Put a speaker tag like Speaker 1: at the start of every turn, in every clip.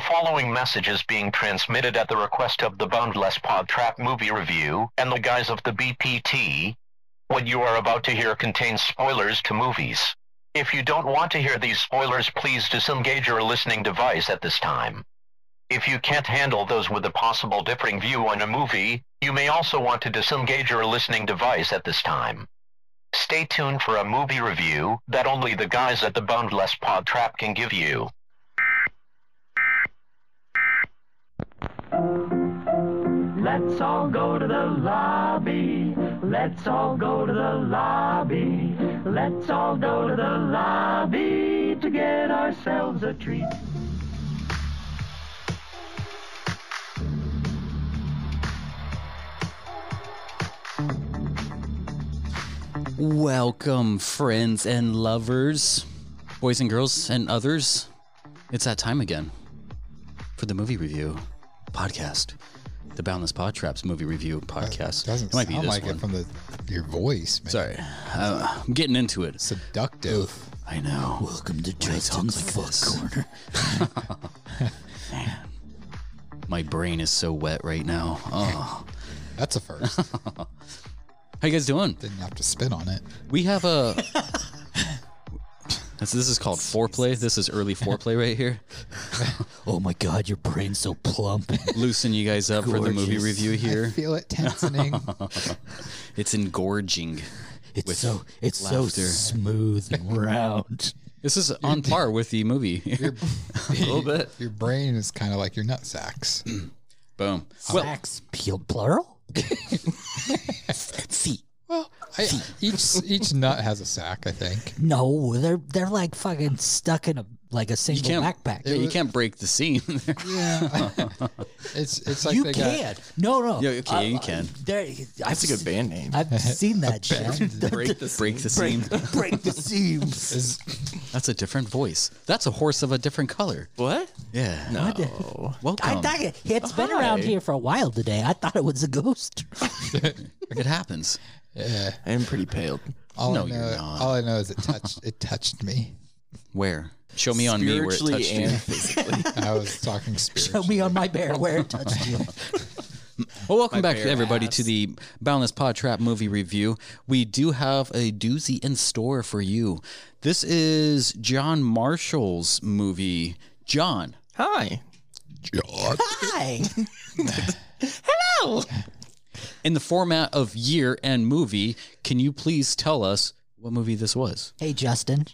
Speaker 1: following message is being transmitted at the request of the Boundless Pod Trap Movie Review and the guise of the BPT. What you are about to hear contains spoilers to movies. If you don't want to hear these spoilers, please disengage your listening device at this time. If you can't handle those with a possible differing view on a movie, you may also want to disengage your listening device at this time. Stay tuned for a movie review that only the guys at the Boundless Pod Trap can give you.
Speaker 2: Let's all go to the lobby. Let's all go to the lobby. Let's all go to the lobby to get ourselves a treat.
Speaker 3: Welcome, friends and lovers, boys and girls, and others. It's that time again for the movie review podcast, the Boundless Pod Traps movie review podcast.
Speaker 4: Doesn't
Speaker 3: might be
Speaker 4: sound
Speaker 3: this
Speaker 4: like
Speaker 3: one.
Speaker 4: it from the your voice, man.
Speaker 3: Sorry, uh, I'm getting into it.
Speaker 4: Seductive.
Speaker 3: I know. Welcome to Justin's like Fuck Corner. My brain is so wet right now. Oh.
Speaker 4: That's a first.
Speaker 3: How you guys doing?
Speaker 4: Didn't have to spit on it.
Speaker 3: We have a. This, this is called foreplay. This is early foreplay right here.
Speaker 5: Oh my god, your brain's so plump.
Speaker 3: Loosen you guys up for the movie
Speaker 5: Gorgeous.
Speaker 3: review
Speaker 4: I
Speaker 3: here.
Speaker 4: feel it tensing.
Speaker 3: It's engorging.
Speaker 5: It's
Speaker 3: With
Speaker 5: so it's
Speaker 3: laughter.
Speaker 5: so smooth and round.
Speaker 3: This is on par with the movie.
Speaker 4: little
Speaker 3: bit.
Speaker 4: Your brain is kind of like your nut sacks.
Speaker 3: Boom. Well,
Speaker 5: Sacks pl- plural? See.
Speaker 4: Well, I, each each nut has a sack, I think.
Speaker 5: No, they're they're like fucking stuck in a like a
Speaker 3: you
Speaker 5: single
Speaker 3: can't.
Speaker 5: backpack.
Speaker 3: Yeah, you can't break the scene.
Speaker 4: Yeah. it's it's like
Speaker 5: you
Speaker 4: they
Speaker 5: can. No, no.
Speaker 3: Yeah, okay, you can.
Speaker 5: There, That's
Speaker 6: It's a good band name.
Speaker 5: I've seen that shit.
Speaker 4: got
Speaker 3: break the break the scene.
Speaker 5: Break the seams.
Speaker 4: is
Speaker 3: That's a different voice. That's a horse of a different color.
Speaker 6: What?
Speaker 3: Yeah.
Speaker 6: No.
Speaker 3: Welcome.
Speaker 5: I thought it, it's been around
Speaker 6: Hi.
Speaker 5: here for a while today. I thought it was a ghost.
Speaker 3: it happens.
Speaker 6: I am pretty pale.
Speaker 4: all
Speaker 3: No,
Speaker 4: I know.
Speaker 3: you're not.
Speaker 4: All I know is it touched it touched me.
Speaker 3: Where? Show me on me where it touched
Speaker 6: Spiritually
Speaker 3: you.
Speaker 6: and physically.
Speaker 4: I was talking spiritual.
Speaker 5: Show me on my bear where it touched you.
Speaker 3: Well, welcome back, everybody, to the Boundless Pod Trap movie review. We do have a doozy in store for you. This is John Marshall's movie. John,
Speaker 6: Hi.
Speaker 4: George.
Speaker 5: Hi.
Speaker 3: in the format of year and movie, can you please tell us what movie this was?
Speaker 5: Hey, Justin.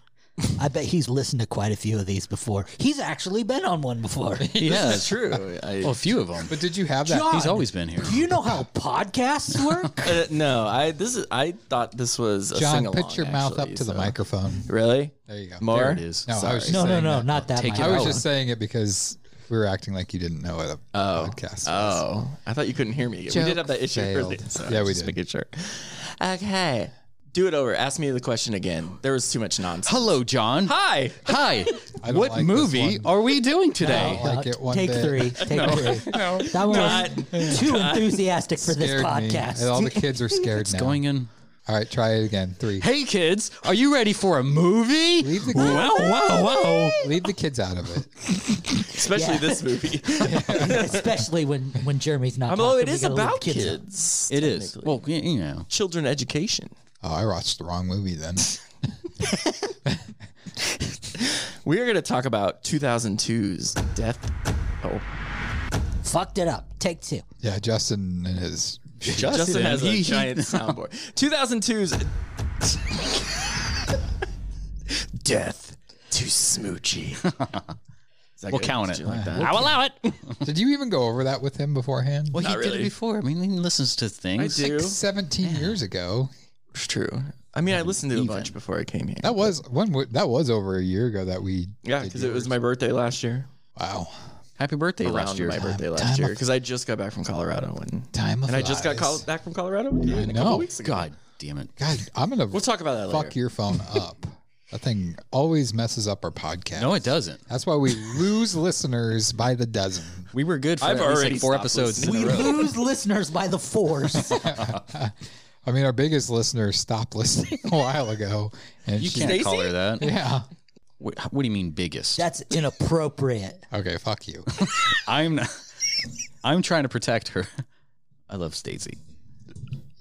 Speaker 5: I bet he's listened to quite a few of these before. He's actually been on one before.
Speaker 3: Yeah,
Speaker 6: That's true. I,
Speaker 3: well, a few of them.
Speaker 4: But did you have that?
Speaker 3: He's always been here.
Speaker 5: Do you know how podcasts work?
Speaker 6: uh, no, I this is I thought this was a
Speaker 4: John,
Speaker 6: sing-along,
Speaker 4: put your mouth up
Speaker 6: actually,
Speaker 4: to the
Speaker 6: so-
Speaker 4: microphone.
Speaker 6: Really?
Speaker 4: There you go.
Speaker 6: More?
Speaker 3: There it is.
Speaker 4: No, I was just
Speaker 5: no, no,
Speaker 4: saying
Speaker 5: no,
Speaker 4: that.
Speaker 5: not that.
Speaker 3: Take it
Speaker 4: I
Speaker 5: microphone.
Speaker 4: was just saying it because we were acting like you didn't know what a podcast was.
Speaker 6: Oh, I thought you couldn't hear me. we
Speaker 4: Joke
Speaker 6: did have that issue
Speaker 4: failed.
Speaker 6: earlier. So
Speaker 4: Yeah, we
Speaker 6: just
Speaker 4: did.
Speaker 6: Making sure. Okay. Do it over. Ask me the question again. There was too much nonsense.
Speaker 3: Hello, John.
Speaker 6: Hi.
Speaker 3: Hi.
Speaker 4: don't
Speaker 3: What
Speaker 4: like this
Speaker 3: movie
Speaker 4: one.
Speaker 3: are we doing today?
Speaker 4: don't like it one
Speaker 5: Take
Speaker 4: bit.
Speaker 5: three. Take
Speaker 6: Oh.
Speaker 5: three. That one was too enthusiastic for this
Speaker 4: Scared me.
Speaker 5: podcast.
Speaker 4: And all the kids are scared now.
Speaker 3: Going in.
Speaker 4: All right, try it again. Three.
Speaker 3: Hey, kids, are you ready for a movie?
Speaker 4: Leave the kids.
Speaker 3: Wow, wow, wow.
Speaker 4: Leave the kids out of it.
Speaker 6: Especially
Speaker 5: Yeah.
Speaker 6: this movie.
Speaker 5: Especially when, when Jeremy's not.
Speaker 6: Although
Speaker 5: talking,
Speaker 6: it
Speaker 5: we
Speaker 6: is
Speaker 5: gotta leave
Speaker 6: about
Speaker 5: kids out.
Speaker 6: kids.
Speaker 3: It is.
Speaker 6: technically.
Speaker 3: Well, y- you know.
Speaker 6: children education.
Speaker 4: Oh, I watched the wrong movie then.
Speaker 6: We are going to talk about 2002's Death. Oh,
Speaker 5: Fucked it up. Take two.
Speaker 4: Yeah, Justin and his.
Speaker 6: Justin, has a
Speaker 3: he-
Speaker 6: giant soundboard. 2002's Death to Smoochie.
Speaker 3: We'll count it.
Speaker 6: Like that?
Speaker 3: I'll allow it.
Speaker 4: Did you even go over that with him beforehand?
Speaker 3: Well, he
Speaker 6: Not
Speaker 3: did it
Speaker 6: really.
Speaker 3: before. I mean, he listens to things.
Speaker 6: I do.
Speaker 4: Seventeen years ago.
Speaker 6: It's true. I mean, I listened to a bunch before I came here.
Speaker 4: That was one. w- That was over a year ago that we.
Speaker 6: Oh, yeah, because it was my birthday last year.
Speaker 4: Wow.
Speaker 3: Happy birthday
Speaker 6: Around
Speaker 3: last year.
Speaker 6: my birthday
Speaker 4: time
Speaker 6: last year,
Speaker 4: of-
Speaker 6: because I just got back from Colorado and
Speaker 4: Time of
Speaker 6: and I just got
Speaker 4: lies.
Speaker 6: called back from Colorado. Yeah, a couple
Speaker 4: know.
Speaker 6: weeks ago.
Speaker 3: God damn it.
Speaker 4: God, I'm gonna.
Speaker 6: We'll talk about that later.
Speaker 4: fuck your phone up. That thing always messes up our podcast.
Speaker 3: No, it doesn't.
Speaker 4: That's why we lose listeners by the dozen.
Speaker 3: We were good for
Speaker 6: I've
Speaker 3: at least
Speaker 6: already
Speaker 3: like four
Speaker 6: stopped
Speaker 3: episodes.
Speaker 6: listening.
Speaker 3: in
Speaker 5: We
Speaker 3: a row.
Speaker 5: lose listeners by the force.
Speaker 4: I mean, our biggest listener stopped listening a while ago, and
Speaker 3: You
Speaker 4: she-
Speaker 3: can't call her that.
Speaker 4: Yeah,
Speaker 3: What, what do you mean biggest?
Speaker 5: That's inappropriate.
Speaker 4: Okay, fuck you.
Speaker 3: I'm not, I'm trying to protect her. I love Stacy.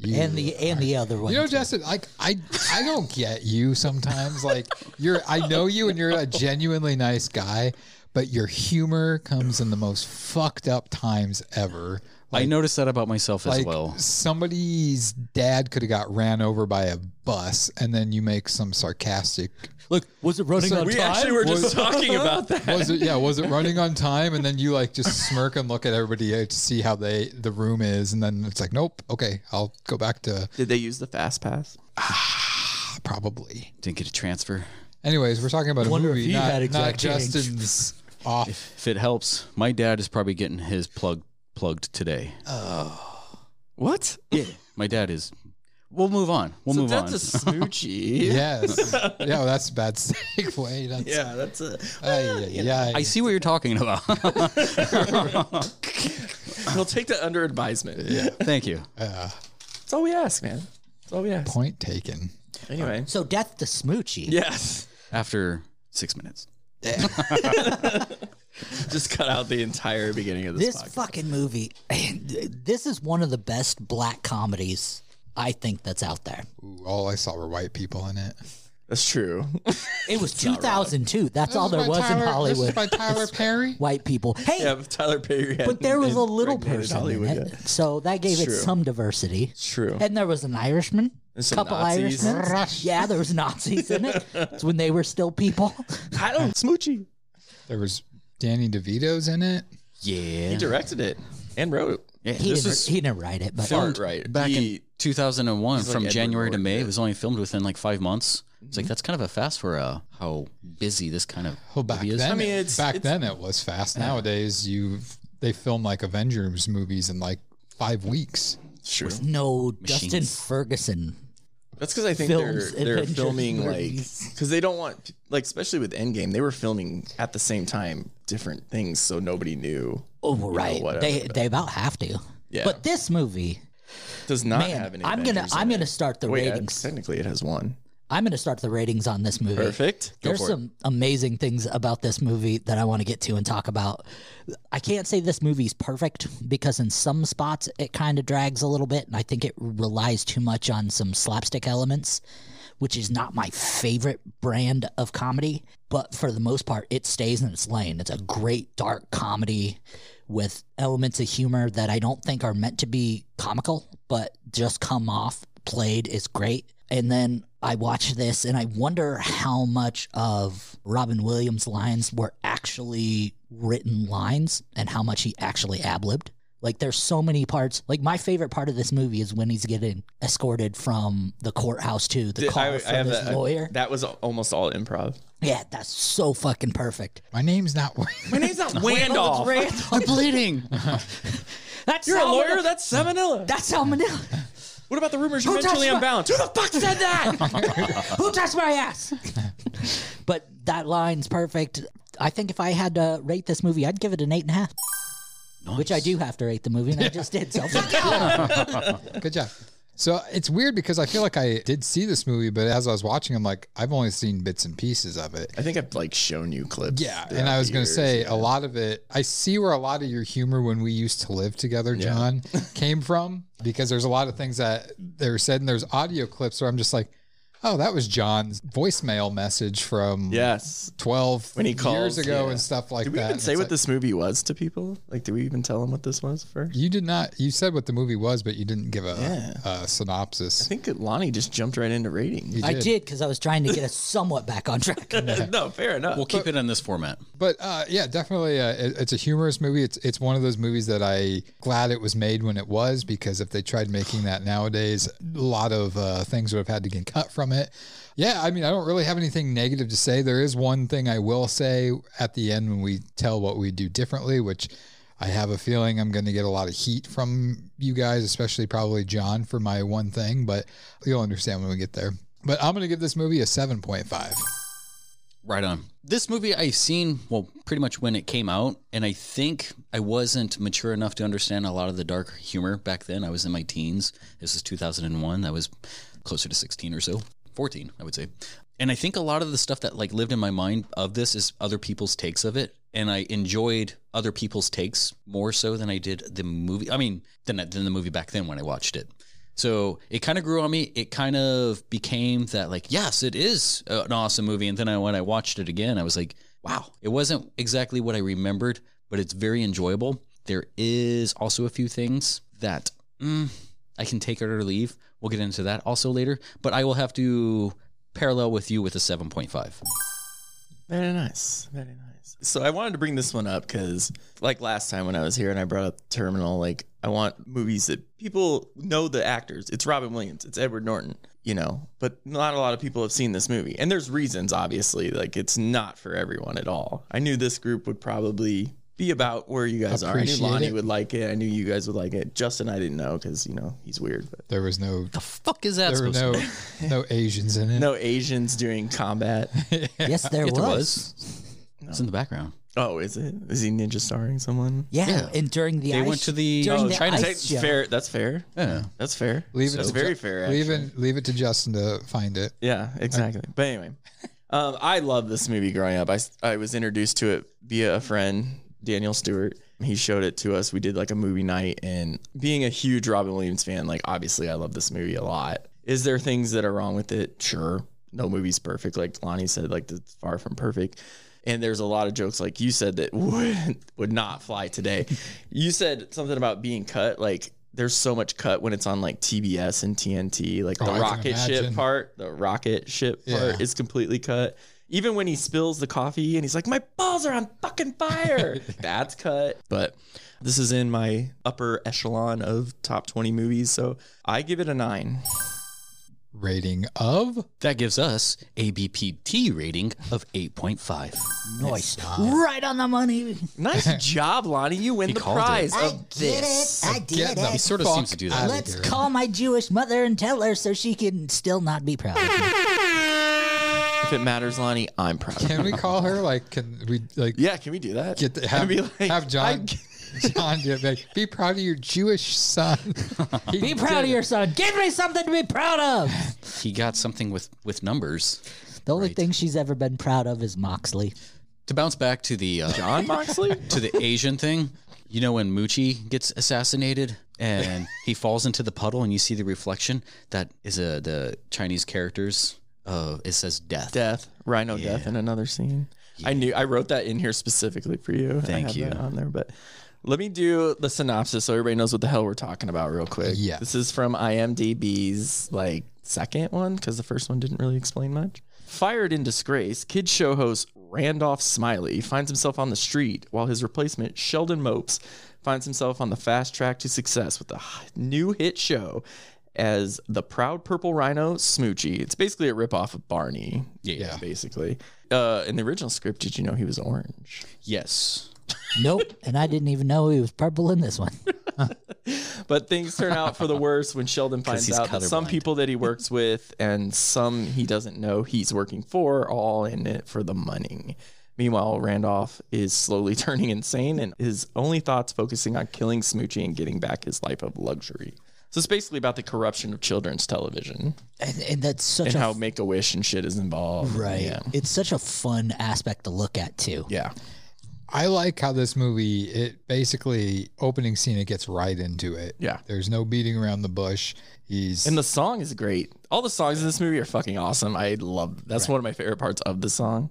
Speaker 4: You-
Speaker 5: and the and the other one.
Speaker 4: You know,
Speaker 5: too.
Speaker 4: Justin, like I, I don't get you sometimes. Like you're, I know you, and you're a genuinely nice guy, but your humor comes in the most fucked up times ever.
Speaker 3: I noticed that about myself as
Speaker 4: Like
Speaker 3: well.
Speaker 4: somebody's dad could have got ran over by a bus, and then you make some sarcastic.
Speaker 5: Look, was it running on
Speaker 6: We
Speaker 5: time?
Speaker 6: actually were just talking about that.
Speaker 4: Was it? Yeah, was it running on time? And then you like just smirk and look at everybody uh, to see how they the room is, and then it's like, nope, okay, I'll go back to
Speaker 6: Did they use the fast pass?
Speaker 4: probably.
Speaker 3: Didn't get a transfer.
Speaker 4: Anyways, we're talking about a
Speaker 5: Wonder if
Speaker 4: movie,
Speaker 5: he
Speaker 4: not,
Speaker 5: had
Speaker 4: not
Speaker 5: exact change.
Speaker 4: Justin's off
Speaker 3: If it helps, my dad is probably getting his plug plugged today.
Speaker 6: What?
Speaker 3: yeah, my dad is. We'll move on. We'll
Speaker 6: so
Speaker 3: move
Speaker 6: that's
Speaker 3: on.
Speaker 6: a smoochie.
Speaker 4: Yes. yeah, well, that's a bad segue. That's,
Speaker 6: Yeah, that's a.
Speaker 4: Ay, ay, ay.
Speaker 3: I see what you're talking about.
Speaker 6: He'll take that under advisement.
Speaker 3: Thank you.
Speaker 6: That's all we ask, man. That's all we ask.
Speaker 4: Uh, Point taken.
Speaker 6: Anyway.
Speaker 5: so death to Smoochie.
Speaker 6: Yes.
Speaker 3: After six minutes.
Speaker 6: Just cut out the entire beginning of this,
Speaker 5: This
Speaker 6: podcast.
Speaker 5: fucking movie. this is one of the best black comedies I think that's out there.
Speaker 4: Ooh, all I saw were white people in it.
Speaker 6: That's true.
Speaker 5: It was 2002. That's all there was in Hollywood.
Speaker 4: by Tyler Perry.
Speaker 5: White people. Hey,
Speaker 6: yeah, but Tyler Perry.
Speaker 5: but there was a little
Speaker 6: impregnated
Speaker 5: person in
Speaker 6: Hollywood,
Speaker 5: it,
Speaker 6: yeah.
Speaker 5: so that gave
Speaker 6: It's
Speaker 5: it
Speaker 6: true.
Speaker 5: some diversity.
Speaker 6: True.
Speaker 5: And there was an Irishman,
Speaker 6: And
Speaker 5: a
Speaker 6: some
Speaker 5: couple
Speaker 6: Nazis.
Speaker 5: Irishmen. Yeah, there was Nazis in it. It's when they were still people.
Speaker 6: I don't smoochie.
Speaker 4: There was Danny DeVito's in it.
Speaker 3: Yeah.
Speaker 6: He directed it and wrote it.
Speaker 3: Yeah,
Speaker 5: He
Speaker 3: this
Speaker 5: didn't,
Speaker 3: was
Speaker 5: he didn't write it, but
Speaker 6: Filmed right
Speaker 3: back
Speaker 6: He-
Speaker 3: in 2001
Speaker 6: he's like
Speaker 3: from
Speaker 6: Edward
Speaker 3: January to
Speaker 6: Norton,
Speaker 3: May.
Speaker 6: yeah.
Speaker 3: It was only filmed within like five months. It's like that's kind of a fast for uh, how busy this kind of
Speaker 4: Well, back
Speaker 3: movie is.
Speaker 4: then,
Speaker 6: mean,
Speaker 4: it-
Speaker 6: it's-
Speaker 4: back
Speaker 6: it's-
Speaker 4: then it was fast. Nowadays, you they film like Avengers movies in like five weeks.
Speaker 6: True.
Speaker 5: no, Justin
Speaker 3: Machines.
Speaker 5: Ferguson.
Speaker 6: That's because I think
Speaker 5: Films,
Speaker 6: they're they're
Speaker 5: adventures,
Speaker 6: filming like
Speaker 5: movies.
Speaker 6: because they don't want like especially with Endgame they were filming at the same time different things so nobody knew
Speaker 5: Oh, right.
Speaker 6: whatever,
Speaker 5: they
Speaker 6: but-
Speaker 5: they about have to.
Speaker 6: Yeah.
Speaker 5: But this movie,
Speaker 6: does not have
Speaker 5: man,
Speaker 6: any.
Speaker 5: I'm gonna
Speaker 6: Avengers in
Speaker 5: I'm
Speaker 6: it.
Speaker 5: gonna start the
Speaker 6: Wait, uh,
Speaker 5: ratings.
Speaker 6: technically it has one.
Speaker 5: I'm gonna start the ratings on this movie.
Speaker 6: Perfect.
Speaker 5: There's some amazing things about this movie that I want to get to and talk about. I can't say this movie's perfect because in some spots it kind of drags a little bit, and I think it relies too much on some slapstick elements, which is not my favorite brand of comedy. But for the most part, it stays in its lane. It's a great dark comedy with elements of humor that I don't think are meant to be comical, but just come off played is great. And then I watch this and I wonder how much of Robin Williams' lines were actually written lines and how much he actually ad libbed. Like, there's so many parts. Like, my favorite part of this movie is when he's getting escorted from the courthouse to the
Speaker 6: Did-
Speaker 5: car from his
Speaker 6: that,
Speaker 5: lawyer.
Speaker 6: that was al- almost all improv.
Speaker 5: yeah, that's so fucking perfect.
Speaker 4: My name's not.
Speaker 6: My name's not Randolph.
Speaker 3: I'm bleeding.
Speaker 5: That's
Speaker 6: You're a
Speaker 5: how-
Speaker 6: lawyer. That's salmonella.
Speaker 5: That's how Manila.
Speaker 6: what about the rumors you
Speaker 5: Who touched
Speaker 6: mentally
Speaker 5: my-
Speaker 6: unbalanced? Who the fuck said that?
Speaker 5: Who touched my ass? but that line's perfect. I think if I had to rate this movie, I'd give it an eight and a half. Which I do have to rate the movie, and I just did. So fuck y'all.
Speaker 4: Good job. So it's weird because I feel like I did see this movie, but as I was watching, I'm like, I've only seen bits and pieces of it.
Speaker 6: I think I've like shown you clips.
Speaker 4: Yeah,
Speaker 6: throughout
Speaker 4: and I was
Speaker 6: the
Speaker 4: going to
Speaker 6: years.
Speaker 4: say a lot of it. I see where a lot of your humor when we used to live together, John, came from because there's a lot of things that they were said, and there's audio clips where I'm just like, oh, that was John's voicemail message from
Speaker 6: yes.
Speaker 4: twelve
Speaker 6: When he
Speaker 4: years
Speaker 6: calls,
Speaker 4: ago
Speaker 6: yeah.
Speaker 4: and stuff like
Speaker 6: Did we
Speaker 4: that.
Speaker 6: even
Speaker 4: It's
Speaker 6: say what
Speaker 4: like-
Speaker 6: this movie was to people? Like, did we even tell them what this was first?
Speaker 4: You did not. You said what the movie was, but you didn't give a, a
Speaker 6: I
Speaker 4: synopsis.
Speaker 6: think that Lonnie just jumped right into ratings.
Speaker 5: I did because I was trying to get us somewhat back on track.
Speaker 6: no, fair enough.
Speaker 3: we'll keep it in this format.
Speaker 4: But uh, yeah, definitely, uh, it, it's a humorous movie. It's it's one of those movies that I glad it was made when it was because if they tried making that nowadays, a lot of uh, things would have had to get cut from it. Yeah, I mean, I don't really have anything negative to say. There is one thing I will say at the end when we tell what we do differently, which I have a feeling I'm going to get a lot of heat from you guys, especially probably John for my one thing. But you'll understand when we get there. But I'm going to give this movie a seven point five.
Speaker 3: Right on. This movie I've seen, well, pretty much when it came out, and I think I wasn't mature enough to understand a lot of the dark humor back then. I was in my teens. This is 2001. I was closer to 16 or so, 14, I would say. And I think a lot of the stuff that like lived in my mind of this is other people's takes of it, and I enjoyed other people's takes more so than I did the movie. I mean, than than the movie back then when I watched it. So it kind of grew on me. It kind of became that like, yes, it is an awesome movie. And then I, when I watched it again, I was like, wow, it wasn't exactly what I remembered, but it's very enjoyable. There is also a few things that mm, I can take it or leave. We'll get into that also later, but I will have to parallel with you with a 7.5.
Speaker 6: Very nice. Very nice. So I wanted to bring this one up because, like last time when I was here and I brought up Terminal, like I want movies that people know the actors. It's Robin Williams, it's Edward Norton, you know, but not a lot of people have seen this movie. And there's reasons, obviously. Like it's not for everyone at all. I knew this group would probably be about where you guys are. I
Speaker 4: Appreciate
Speaker 6: knew Lonnie
Speaker 4: it.
Speaker 6: would like it. I knew you guys would like it. Justin, I didn't know because, you know, he's weird. But
Speaker 4: There was no
Speaker 3: The fuck is that
Speaker 4: there were
Speaker 3: supposed
Speaker 4: no
Speaker 3: to be?
Speaker 4: no Asians in it.
Speaker 6: no Asians doing combat.
Speaker 5: Yes, there
Speaker 3: It
Speaker 5: was.
Speaker 3: was. It's in the background.
Speaker 6: oh, is it? Is he ninja starring someone?
Speaker 5: Yeah, and during the
Speaker 3: They
Speaker 5: ice,
Speaker 3: went to the-
Speaker 5: during
Speaker 3: Oh,
Speaker 5: the
Speaker 3: China-
Speaker 5: ice show.
Speaker 6: fair. That's fair.
Speaker 3: Yeah.
Speaker 6: That's fair.
Speaker 4: Leave it
Speaker 6: that's
Speaker 4: to
Speaker 6: very
Speaker 4: Ju-
Speaker 6: fair.
Speaker 4: Leave
Speaker 6: actually.
Speaker 4: it, leave it to Justin to find it.
Speaker 6: Yeah, exactly. But anyway, um, I love this movie growing up. I, s- I was introduced to it via a friend, Daniel Stewart. He showed it to us. We did like a movie night. And being a huge Robin Williams fan, like obviously I love this movie a lot. Is there things that are wrong with it? Sure. No movie's perfect. Like Lonnie said, like it's far from perfect. And there's a lot of jokes, like you said, that would would not fly today. You said something about being cut. Like there's so much cut when it's on like TBS and TNT, like
Speaker 4: Oh, I
Speaker 6: the
Speaker 4: can
Speaker 6: rocket ship
Speaker 4: imagine.
Speaker 6: part, the rocket ship part
Speaker 4: Yeah.
Speaker 6: is completely cut. Even when he spills the coffee and he's like, "My balls are on fucking fire," that's cut. But this is in my upper echelon of top twenty movies, so I give it a nine.
Speaker 4: Rating of
Speaker 3: That gives us a BPT rating of 8.5.
Speaker 5: Nice. Right on the money.
Speaker 6: Nice job, Lonnie. You win
Speaker 3: He
Speaker 6: the
Speaker 3: called it.
Speaker 6: prize
Speaker 5: I
Speaker 6: of
Speaker 5: did
Speaker 6: this.
Speaker 5: it. I did
Speaker 4: get the
Speaker 3: He
Speaker 5: it.
Speaker 3: sort of
Speaker 4: fuck
Speaker 3: seems to do that.
Speaker 4: outta
Speaker 5: Let's
Speaker 4: here.
Speaker 5: call my Jewish mother and tell her so she can still not be proud. Of me.
Speaker 6: If it matters, Lonnie, I'm proud. Of you.
Speaker 4: Can we call her? Like, can we like
Speaker 6: Yeah, can we do that?
Speaker 4: get the,
Speaker 6: And
Speaker 4: have,
Speaker 6: be like,
Speaker 4: have John?
Speaker 6: I-
Speaker 4: John, do it, like, be proud of your Jewish son. He
Speaker 5: Be proud
Speaker 4: did
Speaker 5: of
Speaker 4: it.
Speaker 5: your son. Give me something to be proud of.
Speaker 3: He got something with with numbers.
Speaker 5: The only thing she's ever been proud of is Moxley.
Speaker 3: To bounce back to the uh,
Speaker 6: John Moxley.
Speaker 3: to the Asian thing, you know when Moochie gets assassinated and he falls into the puddle and you see the reflection, that is a the Chinese characters. Uh, it says death.
Speaker 6: death, rhino death in another scene. I knew I wrote that in here specifically for you. I
Speaker 3: Thank
Speaker 6: have
Speaker 3: you.
Speaker 6: that on there, but let me do the synopsis so everybody knows what the hell we're talking about real quick.
Speaker 4: Yeah.
Speaker 6: this is from IMDb's like second one because the first one didn't really explain much. Fired in disgrace, kid show host Randolph Smiley finds himself on the street while his replacement Sheldon Mopes finds himself on the fast track to success with a h- new hit show as the proud purple rhino Smoochie. It's basically a ripoff of Barney.
Speaker 3: Yeah.
Speaker 6: Basically. Uh, in the original script, did you know he was orange?
Speaker 3: Yes.
Speaker 5: Nope. and I didn't even know he was purple in this one.
Speaker 6: But things turn out for the worse when Sheldon finds
Speaker 3: he's
Speaker 6: out that some
Speaker 3: colorblind.
Speaker 6: people that he works with and some he doesn't know he's working for are all in it for the money. Meanwhile, Randolph is slowly turning insane and his only thoughts focusing on killing Smoochie and getting back his life of luxury. So it's basically about the corruption of children's television
Speaker 5: And, and that's such
Speaker 6: and
Speaker 5: a
Speaker 6: how Make a Wish and shit is involved.
Speaker 5: right.
Speaker 6: Yeah.
Speaker 5: It's such a fun aspect to look at too.
Speaker 6: yeah.
Speaker 4: I like how this movie it basically opening scene it gets right into it.
Speaker 6: Yeah.
Speaker 4: There's no beating around the bush. He's
Speaker 6: And the song is great. All the songs in this movie are fucking awesome. I love. That's one of my favorite parts of the song.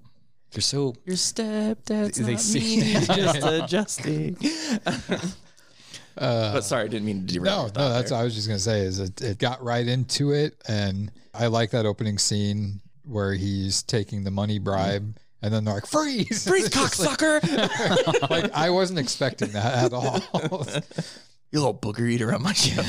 Speaker 3: They're so
Speaker 6: Your stepdad's
Speaker 3: They
Speaker 6: they not
Speaker 3: see-
Speaker 6: me, he's just adjusting. but sorry, I didn't mean to derail.
Speaker 4: no,
Speaker 6: with that
Speaker 4: no, that's
Speaker 6: there.
Speaker 4: what I was just gonna say is it, it got right into it, and I like that opening scene where he's taking the money bribe, and then they're like freeze,
Speaker 6: Mm-hmm. freeze, cocksucker!
Speaker 4: like I wasn't expecting that at all.
Speaker 6: you little booger eater on my show.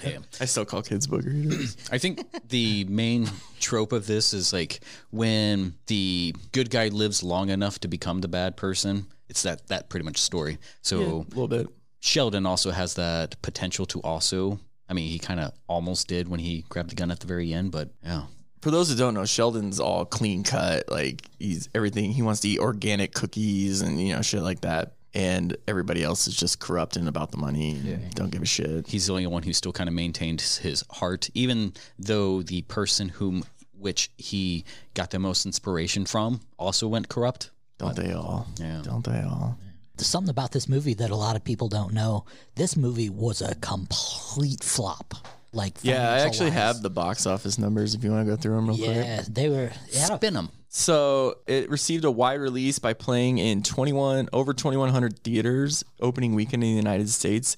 Speaker 3: Damn.
Speaker 6: I still call kids booger eaters.
Speaker 3: I think the main trope of this is like when the good guy lives long enough to become the bad person. It's that that pretty much story. So
Speaker 6: a little bit.
Speaker 3: Sheldon also has that potential to also. I mean, he kind of almost did when he grabbed the gun at the very end, but yeah.
Speaker 6: For those who don't know, Sheldon's all clean cut. Like he's everything. He wants to eat organic cookies and you know shit like that. And everybody else is just corrupt and about the money. and Don't give a shit.
Speaker 3: He's the only one who still kind of maintained his heart, even though the person whom which he got the most inspiration from, also went corrupt.
Speaker 6: Don't they all?
Speaker 3: Yeah.
Speaker 6: Don't they all?
Speaker 5: There's something about this movie that a lot of people don't know. This movie was a complete flop. Like
Speaker 6: Yeah, I
Speaker 5: financial
Speaker 6: actually
Speaker 5: wise.
Speaker 6: have the box office numbers if you want to go through them real quick.
Speaker 5: Yeah, they were. it had a-
Speaker 3: Spin him.
Speaker 6: So it received a wide release by playing in 21 over 2100 theaters opening weekend in the United States,